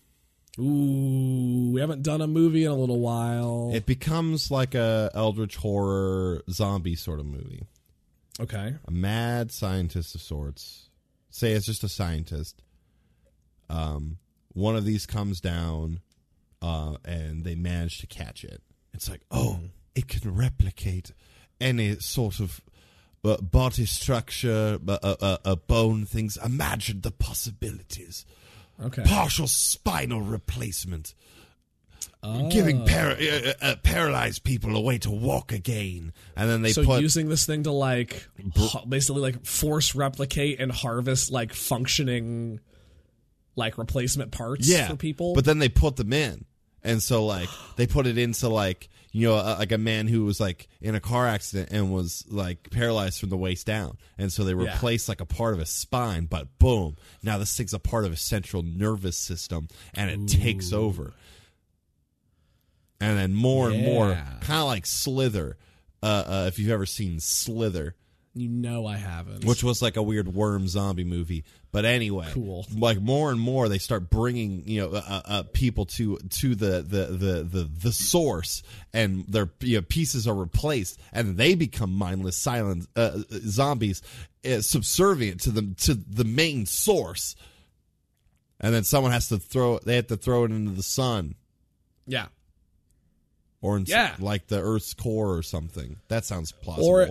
[SPEAKER 1] Ooh, we haven't done a movie in a little while.
[SPEAKER 2] It becomes like a eldritch horror zombie sort of movie.
[SPEAKER 1] okay,
[SPEAKER 2] a mad scientist of sorts. Say it's just a scientist. Um, one of these comes down, uh, and they manage to catch it. It's like, oh, it can replicate any sort of uh, body structure, a uh, uh, uh, bone, things. Imagine the possibilities.
[SPEAKER 1] okay.
[SPEAKER 2] Partial spinal replacement
[SPEAKER 1] Ah. Oh.
[SPEAKER 2] giving para- uh, uh, uh, paralyzed people a way to walk again, and then they
[SPEAKER 1] so
[SPEAKER 2] put
[SPEAKER 1] using this thing to like ho- basically like force replicate and harvest like functioning like replacement parts
[SPEAKER 2] yeah,
[SPEAKER 1] for people.
[SPEAKER 2] But then they put them in, and so like they put it into like you know a, like a man who was like in a car accident and was like paralyzed from the waist down, and so they
[SPEAKER 1] Yeah.
[SPEAKER 2] replaced like a part of his spine. But boom, now this thing's a part of his central nervous system, and it takes over. And then more and more,
[SPEAKER 1] Yeah.
[SPEAKER 2] kind of like Slither. Uh, uh, if you've ever seen Slither,
[SPEAKER 1] you know I haven't.
[SPEAKER 2] which was like a weird worm zombie movie. But anyway,
[SPEAKER 1] Cool.
[SPEAKER 2] Like more and more, they start bringing you know uh, uh, people to to the the the the, the source, and their you know, pieces are replaced, and they become mindless silent uh, uh, zombies, uh, subservient to the to the main source. And then someone has to throw. They have to throw it into the sun
[SPEAKER 1] yeah.
[SPEAKER 2] or in s-
[SPEAKER 1] Yeah.
[SPEAKER 2] like the Earth's core or something. That sounds plausible.
[SPEAKER 1] Or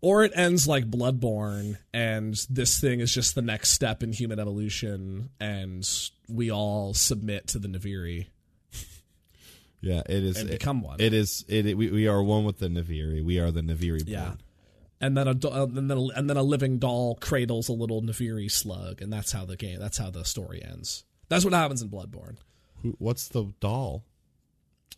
[SPEAKER 1] or it ends like Bloodborne, and this thing is just the next step in human evolution, and we all submit to the Naviri.
[SPEAKER 2] Yeah, it is.
[SPEAKER 1] and
[SPEAKER 2] it-
[SPEAKER 1] become one.
[SPEAKER 2] It is. It, it- we, we are one with the Naviri. We are the Naviri.
[SPEAKER 1] Yeah.
[SPEAKER 2] blood.
[SPEAKER 1] And then a do- uh, and then a, and then a living doll cradles a little Naviri slug, and that's how the game. That's how the story ends. That's what happens in Bloodborne.
[SPEAKER 2] Who, what's the doll?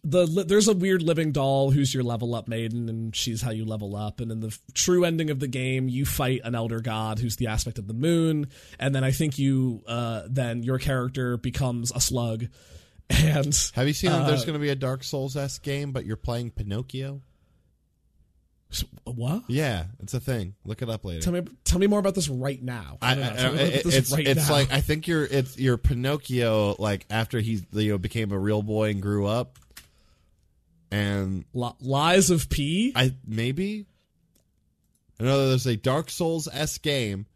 [SPEAKER 1] The li- there's a weird living doll who's your level up maiden, and she's how you level up. And in the f- true ending of the game, you fight an elder god who's the aspect of the moon, and then I think you uh, then your character becomes a slug, [LAUGHS] and
[SPEAKER 2] Have you seen that
[SPEAKER 1] Uh,
[SPEAKER 2] there's going to be a Dark Souls s game, but you're playing Pinocchio?
[SPEAKER 1] S- what?
[SPEAKER 2] Yeah, it's a thing. Look it up later.
[SPEAKER 1] Tell me tell me more about this right now.
[SPEAKER 2] I,
[SPEAKER 1] don't know.
[SPEAKER 2] I-
[SPEAKER 1] Tell me
[SPEAKER 2] I-
[SPEAKER 1] about this
[SPEAKER 2] it's
[SPEAKER 1] right
[SPEAKER 2] it's
[SPEAKER 1] now.
[SPEAKER 2] like I think you're it's your Pinocchio like after he you know became a real boy and grew up, and
[SPEAKER 1] Li- lies of P.
[SPEAKER 2] I maybe I know there's a Dark Souls s game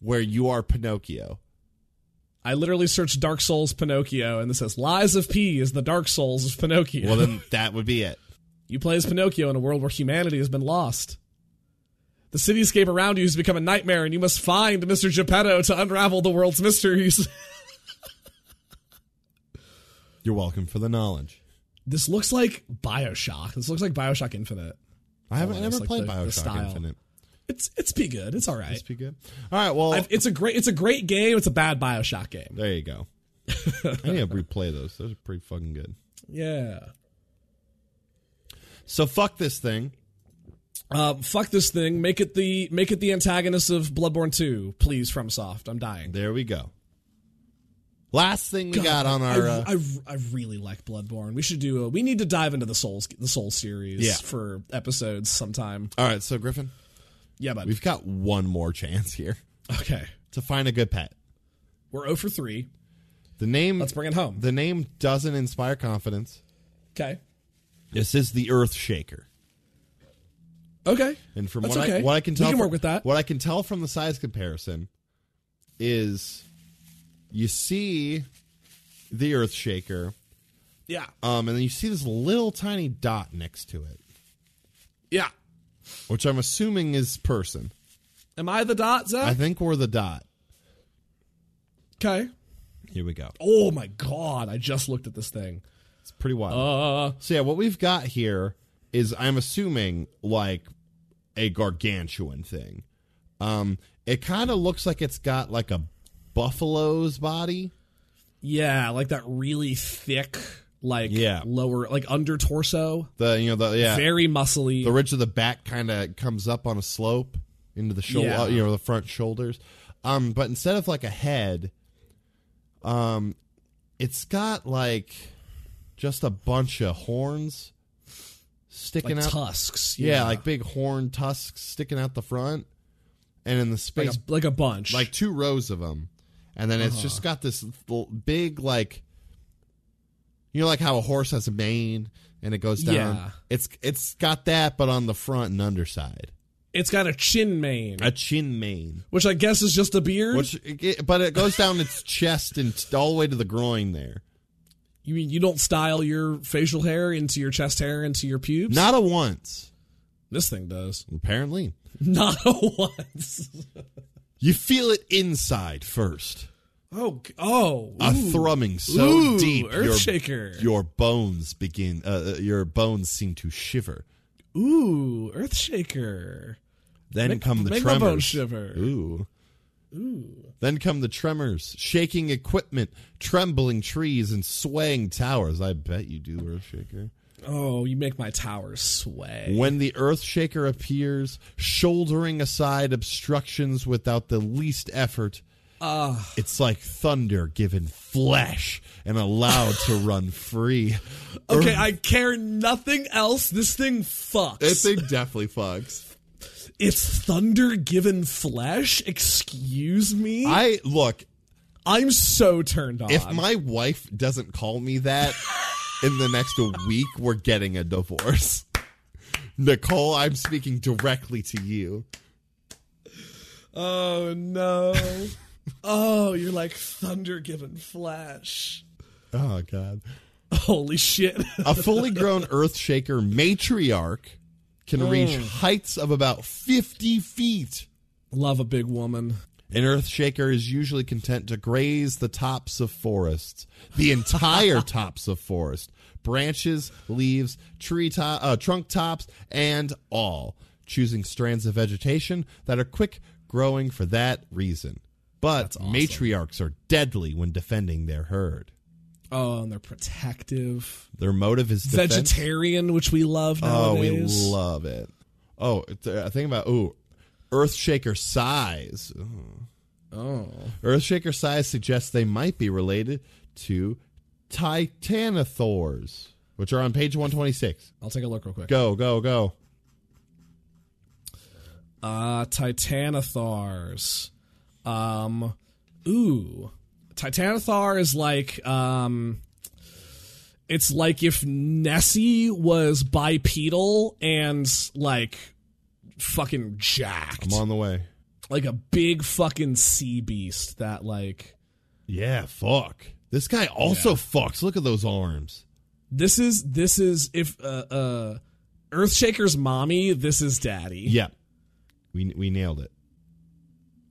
[SPEAKER 2] where you are Pinocchio.
[SPEAKER 1] I literally searched Dark Souls Pinocchio and it says Lies of P is the Dark Souls of Pinocchio.
[SPEAKER 2] Well, then that would be it.
[SPEAKER 1] [LAUGHS] you play as Pinocchio in a world where humanity has been lost. The cityscape around you has become a nightmare and you must find Mr. Geppetto to unravel the world's mysteries. [LAUGHS]
[SPEAKER 2] You're welcome for the knowledge.
[SPEAKER 1] this looks like BioShock. This looks like BioShock Infinite.
[SPEAKER 2] I haven't
[SPEAKER 1] Almost
[SPEAKER 2] ever
[SPEAKER 1] like
[SPEAKER 2] played
[SPEAKER 1] the- the
[SPEAKER 2] Bioshock
[SPEAKER 1] style.
[SPEAKER 2] Infinite.
[SPEAKER 1] It's it's pretty good. It's all right.
[SPEAKER 2] This be good. All right. Well,
[SPEAKER 1] I've- it's a great it's a great game. It's a bad BioShock game.
[SPEAKER 2] there you
[SPEAKER 1] [LAUGHS]
[SPEAKER 2] go. I need to replay those. Those are pretty fucking good.
[SPEAKER 1] Yeah.
[SPEAKER 2] So fuck this thing.
[SPEAKER 1] Uh, fuck this thing. Make it the make it the antagonist of Bloodborne 2, please. FromSoft. I'm dying.
[SPEAKER 2] There we go. Last thing we
[SPEAKER 1] God,
[SPEAKER 2] got on our.
[SPEAKER 1] I,
[SPEAKER 2] uh,
[SPEAKER 1] I, I really like Bloodborne. We should do. A, we need to dive into the Souls the Soul series
[SPEAKER 2] Yeah.
[SPEAKER 1] for episodes sometime.
[SPEAKER 2] all right. So Griffin,
[SPEAKER 1] Yeah, but
[SPEAKER 2] we've got one more chance here
[SPEAKER 1] okay,
[SPEAKER 2] to find a good pet.
[SPEAKER 1] we're 0 for three.
[SPEAKER 2] The name.
[SPEAKER 1] Let's bring it home.
[SPEAKER 2] The name doesn't inspire confidence.
[SPEAKER 1] Okay,
[SPEAKER 2] This is the Earth Shaker.
[SPEAKER 1] okay,
[SPEAKER 2] And from
[SPEAKER 1] That's
[SPEAKER 2] what I
[SPEAKER 1] okay.
[SPEAKER 2] what I can
[SPEAKER 1] We
[SPEAKER 2] tell,
[SPEAKER 1] can
[SPEAKER 2] from-
[SPEAKER 1] work with that.
[SPEAKER 2] What I can tell from the size comparison is, you see, the Earth Shaker,
[SPEAKER 1] yeah,
[SPEAKER 2] um, and then you see this little tiny dot next to it,
[SPEAKER 1] yeah.
[SPEAKER 2] which I'm assuming is person.
[SPEAKER 1] Am I the dot,
[SPEAKER 2] I
[SPEAKER 1] Zach?
[SPEAKER 2] think we're the dot.
[SPEAKER 1] Okay.
[SPEAKER 2] Here we go.
[SPEAKER 1] Oh my god! I just looked at this thing.
[SPEAKER 2] It's pretty wild.
[SPEAKER 1] Uh,
[SPEAKER 2] so yeah, what we've got here is I'm assuming like a gargantuan thing. Um, it kind of looks like it's got like a buffalo's body.
[SPEAKER 1] yeah, like that really thick, like
[SPEAKER 2] Yeah.
[SPEAKER 1] lower, like under torso,
[SPEAKER 2] The you know the yeah
[SPEAKER 1] very muscly.
[SPEAKER 2] the ridge of the back kind of comes up on a slope into the shoulder,
[SPEAKER 1] Yeah.
[SPEAKER 2] you know, the front shoulders. Um, but instead of like a head, um, it's got like just a bunch of horns sticking
[SPEAKER 1] like
[SPEAKER 2] out.
[SPEAKER 1] tusks.
[SPEAKER 2] yeah, like big horn tusks sticking out the front, and in the
[SPEAKER 1] like
[SPEAKER 2] space
[SPEAKER 1] a, like a bunch.
[SPEAKER 2] like two rows of them, and then it's just got this l- big like, you know, like how a horse has a mane and it goes down.
[SPEAKER 1] Yeah.
[SPEAKER 2] It's it's got that, but on the front and underside,
[SPEAKER 1] it's got a chin mane,
[SPEAKER 2] a chin mane,
[SPEAKER 1] which I guess is just a beard.
[SPEAKER 2] which it, but it goes down its [LAUGHS] chest and t- all the way to the groin there.
[SPEAKER 1] you mean you don't style your facial hair into your chest hair into your pubes?
[SPEAKER 2] Not a once,
[SPEAKER 1] this thing does. [LAUGHS]
[SPEAKER 2] apparently.
[SPEAKER 1] Not once.
[SPEAKER 2] You feel it inside first.
[SPEAKER 1] Oh, g- oh,
[SPEAKER 2] A
[SPEAKER 1] ooh.
[SPEAKER 2] thrumming so
[SPEAKER 1] Ooh,
[SPEAKER 2] deep, your-
[SPEAKER 1] Earthshaker.
[SPEAKER 2] Your bones begin. Uh, uh, your bones seem to shiver.
[SPEAKER 1] Ooh, Earthshaker.
[SPEAKER 2] Then
[SPEAKER 1] Make-
[SPEAKER 2] come the
[SPEAKER 1] make my
[SPEAKER 2] tremors.
[SPEAKER 1] bones shiver.
[SPEAKER 2] Ooh. Ooh. Then come the tremors, shaking equipment, trembling trees, and swaying towers. I bet you do, Earthshaker.
[SPEAKER 1] Oh, you make my towers sway.
[SPEAKER 2] When the Earthshaker appears, shouldering aside obstructions without the least effort,
[SPEAKER 1] Ah.
[SPEAKER 2] it's like thunder given flesh and allowed to run free.
[SPEAKER 1] Okay, I care nothing else. This thing fucks.
[SPEAKER 2] definitely fucks.
[SPEAKER 1] It's thunder given flesh? Excuse me? I,
[SPEAKER 2] I look,
[SPEAKER 1] am so turned on.
[SPEAKER 2] if my wife doesn't call me that in the next week, we're getting a divorce. [LAUGHS] Nicole, I'm speaking directly to you.
[SPEAKER 1] oh,
[SPEAKER 2] [LAUGHS]
[SPEAKER 1] no. oh, you're like thunder given flesh.
[SPEAKER 2] Oh god.
[SPEAKER 1] Holy shit. [LAUGHS]
[SPEAKER 2] A fully grown [LAUGHS] earthshaker matriarch can reach heights of about 50 feet.
[SPEAKER 1] Love a big woman.
[SPEAKER 2] An earthshaker is usually content to graze the tops of forests,
[SPEAKER 1] [LAUGHS]
[SPEAKER 2] the entire tops of forest, branches, leaves, tree to- uh, trunk tops, and all, choosing strands of vegetation that are quick growing for that reason. But matriarchs are deadly when defending their herd.
[SPEAKER 1] Oh, and they're protective.
[SPEAKER 2] Their motive is defense.
[SPEAKER 1] Vegetarian, which we love
[SPEAKER 2] Oh, we
[SPEAKER 1] nowadays.
[SPEAKER 2] love it. Oh, it's, uh, think about ooh, Earthshaker size.
[SPEAKER 1] oh.
[SPEAKER 2] Earthshaker size suggests they might be related to Titanothors, which are on page one twenty six.
[SPEAKER 1] I'll take a look real quick.
[SPEAKER 2] Go, go, go.
[SPEAKER 1] Uh Titanothars. Um ooh. Titanothar is like um it's like if Nessie was bipedal and like fucking jacked.
[SPEAKER 2] I'm on the way.
[SPEAKER 1] Like a big fucking sea beast that like
[SPEAKER 2] Yeah, fuck. This guy also fucks. Look at those arms.
[SPEAKER 1] this is this is if uh uh Earthshaker's mommy, this is daddy.
[SPEAKER 2] Yeah, we we nailed it.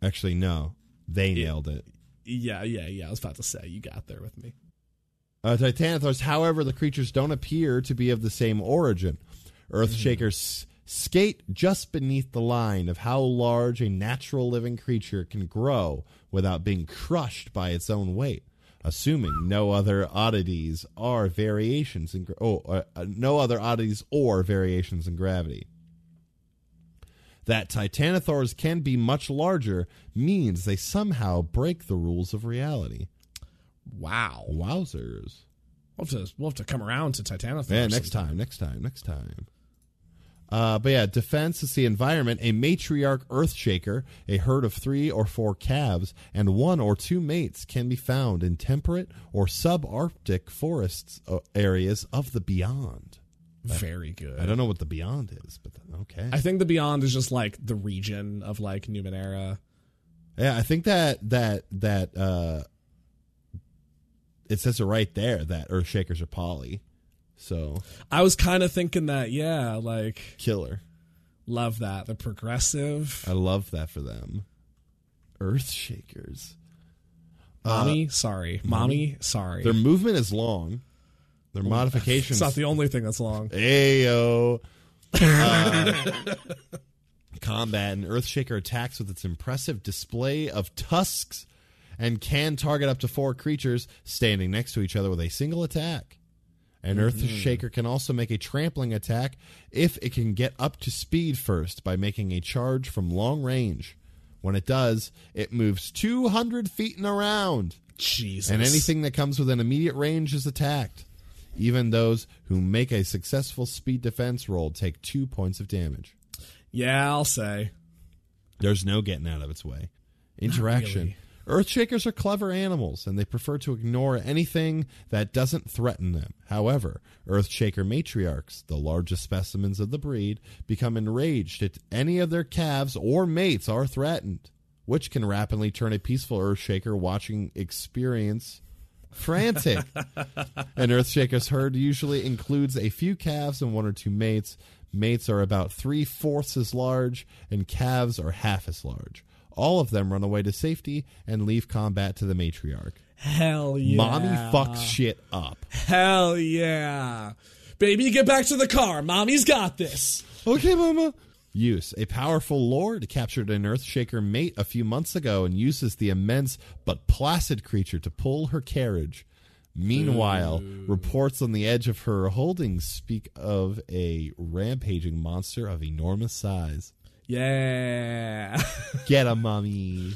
[SPEAKER 2] Actually, no, they nailed it.
[SPEAKER 1] yeah, yeah, yeah. I was about to say you got there with me.
[SPEAKER 2] Uh, Titanothors, however, the creatures don't appear to be of the same origin. Earthshakers s skate just beneath the line of how large a natural living creature can grow without being crushed by its own weight, assuming no other oddities are variations in gra- oh, uh, uh, no other oddities or variations in gravity. That Titanothors can be much larger means they somehow break the rules of reality.
[SPEAKER 1] Wow.
[SPEAKER 2] Wowzers.
[SPEAKER 1] We'll have to we'll have to come around to Titanothor. sometime.
[SPEAKER 2] Yeah, next time, next time, next time. Uh, but yeah, defense is the environment. A matriarch earthshaker, a herd of three or four calves, and one or two mates can be found in temperate or subarctic forests uh, areas of the beyond.
[SPEAKER 1] Very good.
[SPEAKER 2] I don't know what the beyond is, but okay.
[SPEAKER 1] I think the Beyond is just like the region of like Numenera.
[SPEAKER 2] yeah, I think that that that uh, it says it right there that earthshakers are poly, so
[SPEAKER 1] I was kind of thinking that, yeah, like
[SPEAKER 2] killer.
[SPEAKER 1] love that the progressive
[SPEAKER 2] I love that for them. Earthshakers.
[SPEAKER 1] mommy. Sorry, mommy. Sorry,
[SPEAKER 2] Uh, Their movement is long. Their
[SPEAKER 1] it's [LAUGHS]
[SPEAKER 2] modifications.
[SPEAKER 1] not the only thing that's long.
[SPEAKER 2] Ayo. Uh, combat and Earthshaker attacks with its impressive display of tusks and can target up to four creatures standing next to each other with a single attack. An Earthshaker can also make a trampling attack if it can get up to speed first by making a charge from long range. When it does, it moves 200 feet in a round
[SPEAKER 1] Jesus,
[SPEAKER 2] and anything that comes within immediate range is attacked. Even those who make a successful speed defense roll take two points of damage.
[SPEAKER 1] Yeah, I'll say.
[SPEAKER 2] There's no getting out of its way. Interaction. Earthshakers are clever animals and they prefer to ignore anything that doesn't threaten them. However, Earthshaker matriarchs, the largest specimens of the breed, become enraged if any of their calves or mates are threatened, which can rapidly turn a peaceful Earthshaker watching experience [LAUGHS] frantic. An Earthshaker's herd usually includes a few calves and one or two mates. Mates are about three fourths as large, and calves are half as large. All of them run away to safety and leave combat to the matriarch.
[SPEAKER 1] Hell yeah.
[SPEAKER 2] Mommy fucks shit up.
[SPEAKER 1] Hell yeah. Baby, get back to the car. Mommy's got this.
[SPEAKER 2] Okay, Mama. Use a powerful lord captured an Earthshaker mate a few months ago and uses the immense but placid creature to pull her carriage. Meanwhile, reports on the edge of her holdings speak of a rampaging monster of enormous size. [LAUGHS]
[SPEAKER 1] Yeah.
[SPEAKER 2] Get a mommy.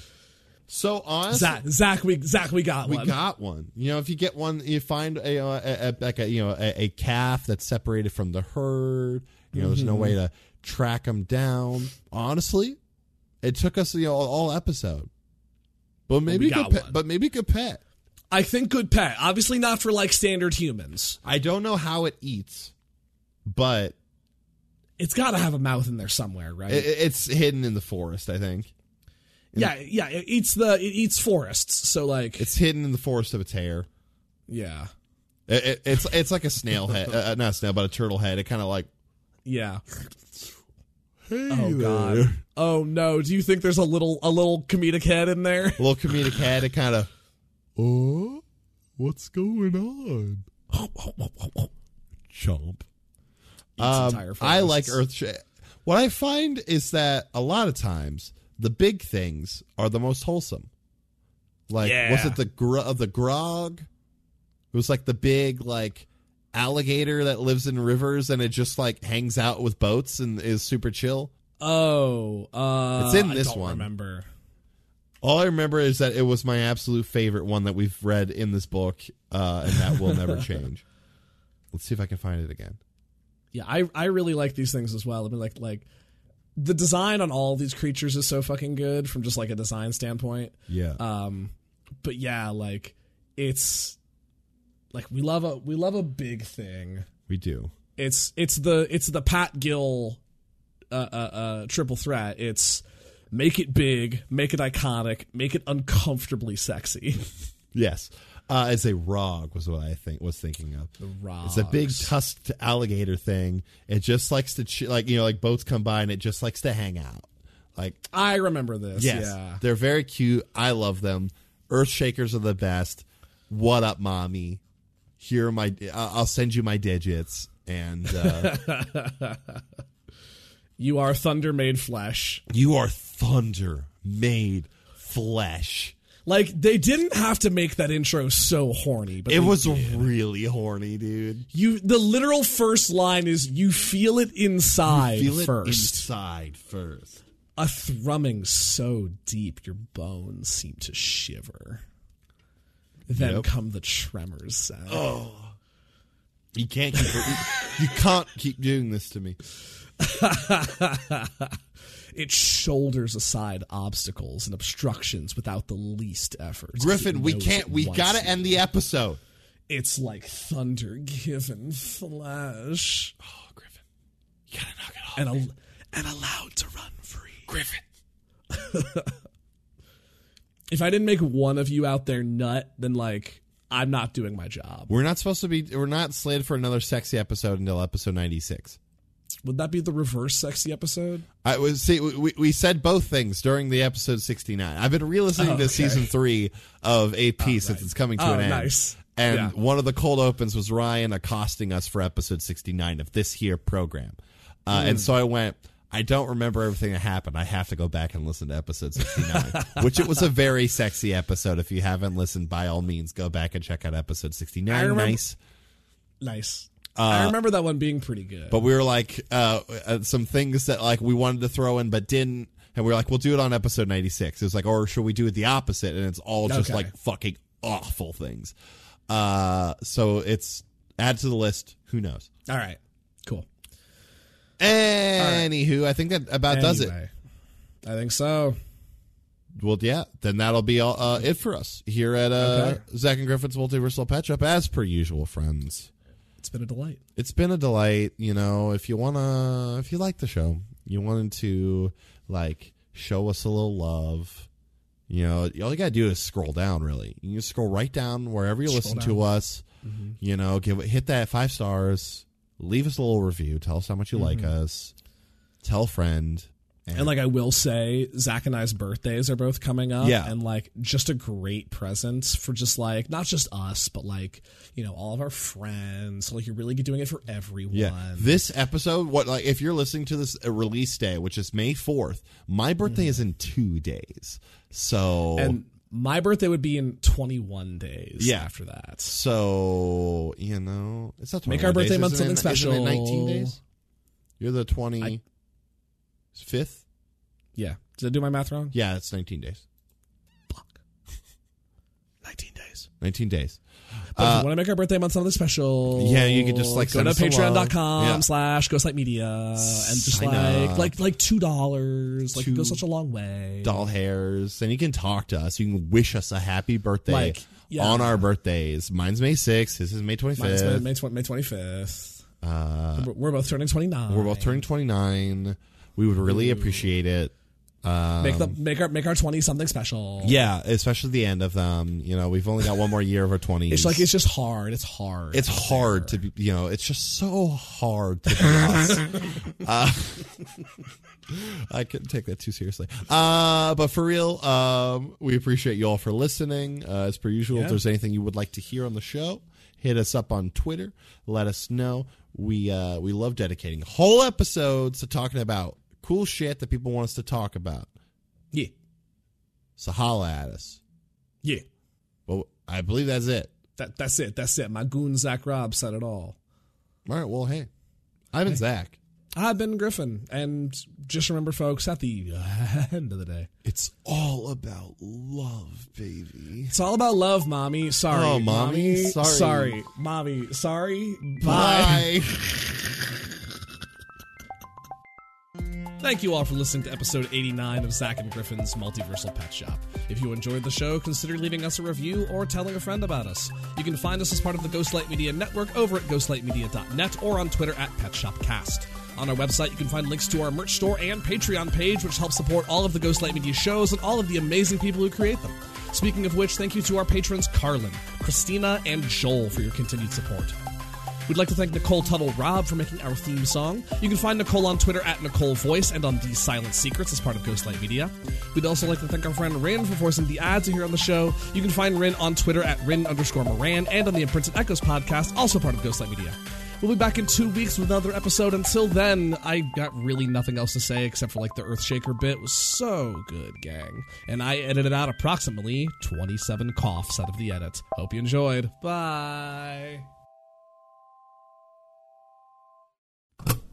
[SPEAKER 2] So honestly,
[SPEAKER 1] Zach, Zach, we Zach, we got
[SPEAKER 2] we
[SPEAKER 1] one.
[SPEAKER 2] got one. You know, if you get one, you find a, uh, a, a like a you know a, a calf that's separated from the herd. You know, there's no
[SPEAKER 1] Mm-hmm.
[SPEAKER 2] way to track them down. Honestly, it took us you know, all episode, but maybe
[SPEAKER 1] we
[SPEAKER 2] a good
[SPEAKER 1] got
[SPEAKER 2] pet,
[SPEAKER 1] one.
[SPEAKER 2] but maybe a good pet.
[SPEAKER 1] I think good pet. Obviously not for like standard humans.
[SPEAKER 2] I don't know how it eats, but
[SPEAKER 1] It's got to have a mouth in there somewhere, right?
[SPEAKER 2] i i- it's hidden in the forest. I think
[SPEAKER 1] yeah, yeah. It eats the it eats forests. So like,
[SPEAKER 2] it's hidden in the forest of its hair.
[SPEAKER 1] yeah,
[SPEAKER 2] It, it, it's it's like a snail head, uh, not a snail, but a turtle head. It kind of like
[SPEAKER 1] yeah. oh god. Oh no. Do you think there's a little a little comedic head in
[SPEAKER 2] [LAUGHS]
[SPEAKER 1] there?
[SPEAKER 2] little comedic head. It kind of, oh, what's going
[SPEAKER 1] [LAUGHS]
[SPEAKER 2] on? Chomp. Um,
[SPEAKER 1] entire
[SPEAKER 2] I
[SPEAKER 1] forests.
[SPEAKER 2] like Earth. Sh- what I find is that a lot of times the big things are the most wholesome. Like was
[SPEAKER 1] Yeah.
[SPEAKER 2] it the gr- of the grog? It was like the big like alligator that lives in rivers and it just like hangs out with boats and is super chill.
[SPEAKER 1] Oh, uh,
[SPEAKER 2] It's in
[SPEAKER 1] I
[SPEAKER 2] this
[SPEAKER 1] don't
[SPEAKER 2] one.
[SPEAKER 1] Remember?
[SPEAKER 2] All I remember is that it was my absolute favorite one that we've read in this book, uh, and that will never change. Let's see if I can find it again.
[SPEAKER 1] Yeah, I I really like these things as well. I mean, like like the design on all these creatures is so fucking good from just like a design standpoint.
[SPEAKER 2] Yeah.
[SPEAKER 1] Um, but yeah, like it's like we love a we love a big thing.
[SPEAKER 2] we do.
[SPEAKER 1] It's it's the it's the Pat Gill uh, uh, uh, triple threat. It's make it big, make it iconic, make it uncomfortably sexy.
[SPEAKER 2] Yes. Uh, it's a rog was what I think was thinking of.
[SPEAKER 1] Rob.
[SPEAKER 2] It's a big tusked alligator thing. It just likes to ch- like you know like boats come by and it just likes to hang out. Like
[SPEAKER 1] I remember this.
[SPEAKER 2] yes,
[SPEAKER 1] Yeah.
[SPEAKER 2] they're very cute. I love them. Earthshakers are the best. What up, mommy? Here are my. I- I'll send you my digits and. Uh,
[SPEAKER 1] You are thunder made flesh.
[SPEAKER 2] You are thunder made flesh.
[SPEAKER 1] Like they didn't have to make that intro so horny, but
[SPEAKER 2] It
[SPEAKER 1] they-
[SPEAKER 2] was really horny, dude.
[SPEAKER 1] you. The literal first line is you feel it inside
[SPEAKER 2] Feel it
[SPEAKER 1] first.
[SPEAKER 2] inside first.
[SPEAKER 1] A thrumming so deep your bones seem to shiver. Then
[SPEAKER 2] Yep.
[SPEAKER 1] come the tremors sound.
[SPEAKER 2] You can't keep. you can't keep doing this to me.
[SPEAKER 1] It shoulders aside obstacles and obstructions without the least effort.
[SPEAKER 2] Griffin,
[SPEAKER 1] It
[SPEAKER 2] we
[SPEAKER 1] knows
[SPEAKER 2] can't.
[SPEAKER 1] it
[SPEAKER 2] We
[SPEAKER 1] wants
[SPEAKER 2] gotta
[SPEAKER 1] you.
[SPEAKER 2] end the episode.
[SPEAKER 1] It's like thunder given flesh.
[SPEAKER 2] Oh, Griffin, you gotta knock it off.
[SPEAKER 1] and al- and allowed to run free. Griffin. if I didn't make one of you out there nut, then like I'm not doing my job.
[SPEAKER 2] We're not supposed to be. We're not slated for another sexy episode until episode ninety six.
[SPEAKER 1] Would that be the reverse sexy episode?
[SPEAKER 2] I was see we- we, we said both things during the episode 69. I've been re-listening to season 3 of AP since it's coming to
[SPEAKER 1] Oh,
[SPEAKER 2] an end.
[SPEAKER 1] nice.
[SPEAKER 2] And
[SPEAKER 1] Yeah.
[SPEAKER 2] one of the cold opens was Ryan accosting us for episode 69 of this here program. Uh,
[SPEAKER 1] Mm.
[SPEAKER 2] and so I went I don't remember everything that happened. I have to go back and listen to
[SPEAKER 1] [LAUGHS]
[SPEAKER 2] episode 69, which it was a very sexy episode. If you haven't listened, by all means, go back and check out episode 69.
[SPEAKER 1] I remember-
[SPEAKER 2] nice.
[SPEAKER 1] Nice. I remember that one being pretty good.
[SPEAKER 2] Uh, but we were like uh, uh, some things that like we wanted to throw in but didn't and we were like we'll do it on episode 96 it was like or should we do it the opposite and it's all just
[SPEAKER 1] Okay.
[SPEAKER 2] like fucking awful things uh so it's Add to the list. Who knows?
[SPEAKER 1] All right. Cool.
[SPEAKER 2] Anywho, I think that about does it.
[SPEAKER 1] Anyway, I think so.
[SPEAKER 2] Well, yeah, then that'll be all, uh, it for us here at uh, Zach and Griffin's Multiversal Patch Up, as per usual, friends.
[SPEAKER 1] It's been a delight.
[SPEAKER 2] it's been a delight you know if you wanna if you like the show you wanted to like show us a little love you know all you gotta do is scroll down really you can scroll right down Mm-hmm. wherever you listen to us you know give hit that five stars leave us a little review tell us how much you like us tell a friend
[SPEAKER 1] And like I will say, Zach and I's birthdays are both coming up.
[SPEAKER 2] Yeah.
[SPEAKER 1] And like just a great present for just like not just us, but like, you know, all of our friends. So like you're really doing it for everyone.
[SPEAKER 2] Yeah. This episode, what like if you're listening to this uh, release day, which is May fourth, my birthday is in two days. So
[SPEAKER 1] and my birthday would be in twenty one days
[SPEAKER 2] Yeah.
[SPEAKER 1] after that.
[SPEAKER 2] So you know, it's not
[SPEAKER 1] Make our
[SPEAKER 2] 21
[SPEAKER 1] birthday
[SPEAKER 2] days,
[SPEAKER 1] month
[SPEAKER 2] isn't
[SPEAKER 1] something
[SPEAKER 2] it- isn't it
[SPEAKER 1] special.
[SPEAKER 2] Nineteen days. You're the twenty fifth.
[SPEAKER 1] Yeah. Did I do my math wrong?
[SPEAKER 2] Yeah, it's nineteen days.
[SPEAKER 1] Fuck.
[SPEAKER 3] Nineteen days.
[SPEAKER 2] Nineteen days.
[SPEAKER 1] But if you want to make our birthday month something special,
[SPEAKER 2] Uh, Yeah, you could just, like,
[SPEAKER 1] go
[SPEAKER 2] send
[SPEAKER 1] to
[SPEAKER 2] us some love.
[SPEAKER 1] patreon.com
[SPEAKER 2] Yeah.
[SPEAKER 1] slash Ghostlight Media and just
[SPEAKER 2] Sign
[SPEAKER 1] like
[SPEAKER 2] up.
[SPEAKER 1] like like two dollars, like it
[SPEAKER 2] Two
[SPEAKER 1] goes such a long way.
[SPEAKER 2] Doll hairs, and you can talk to us. You can wish us a happy birthday
[SPEAKER 1] Like, yeah.
[SPEAKER 2] on our birthdays. Mine's May sixth. His is May twenty
[SPEAKER 1] Mine's May-
[SPEAKER 2] fifth.
[SPEAKER 1] May twenty May twenty fifth. Uh, we're, we're both turning twenty nine.
[SPEAKER 2] We're both turning twenty nine. We would really appreciate it.
[SPEAKER 1] make
[SPEAKER 2] um,
[SPEAKER 1] the make our make our twenty something special.
[SPEAKER 2] Yeah, especially the end of them. You know, we've only got one more year of our twenties.
[SPEAKER 1] it's like it's just hard. It's hard.
[SPEAKER 2] it's hard to be you know it's just so hard to be [LAUGHS] us. uh, i couldn't take that too seriously uh but for real um we appreciate you all for listening uh, as per usual if
[SPEAKER 1] Yeah.
[SPEAKER 2] there's anything you would like to hear on the show hit us up on twitter let us know we uh we love dedicating whole episodes to talking about cool shit that people want us to talk about
[SPEAKER 1] yeah,
[SPEAKER 2] so holla at us
[SPEAKER 1] yeah.
[SPEAKER 2] well i believe that's it
[SPEAKER 1] That that's it. That's it. My goon Zach Robb said it all.
[SPEAKER 2] all right well hey i've been zach
[SPEAKER 1] I've been Griffin, and just remember, folks, at the [LAUGHS] end of the day,
[SPEAKER 2] It's all about love, baby.
[SPEAKER 1] it's all about love, mommy. Sorry,
[SPEAKER 2] Oh, mommy, sorry.
[SPEAKER 1] sorry, mommy, sorry. Bye.
[SPEAKER 2] Bye.
[SPEAKER 1] Thank you all for listening to episode 89 of Zach and Griffin's Multiversal Pet Shop. If you enjoyed the show, consider leaving us a review or telling a friend about us. You can find us as part of the Ghostlight Media Network over at ghostlightmedia.net or on Twitter at PetShopCast. On our website, you can find links to our merch store and Patreon page, which helps support all of the Ghostlight Media shows and all of the amazing people who create them. Speaking of which, thank you to our patrons Carlin, Christina, and Joel for your continued support. We'd like to thank Nicole Tuttle Robb for making our theme song. You can find Nicole on Twitter at Nicole Voice and on The Silent Secrets as part of Ghostlight Media. We'd also like to thank our friend Rin for forcing the ads here on the show. You can find Rin on Twitter at Rin underscore Moran and on the Imprints and Echoes podcast, also part of Ghostlight Media. We'll be back in two weeks with another episode. Until then, I got really nothing else to say except for like the Earthshaker bit was so good, gang. And I edited out approximately 27 coughs out of the edit. Hope you enjoyed. Bye.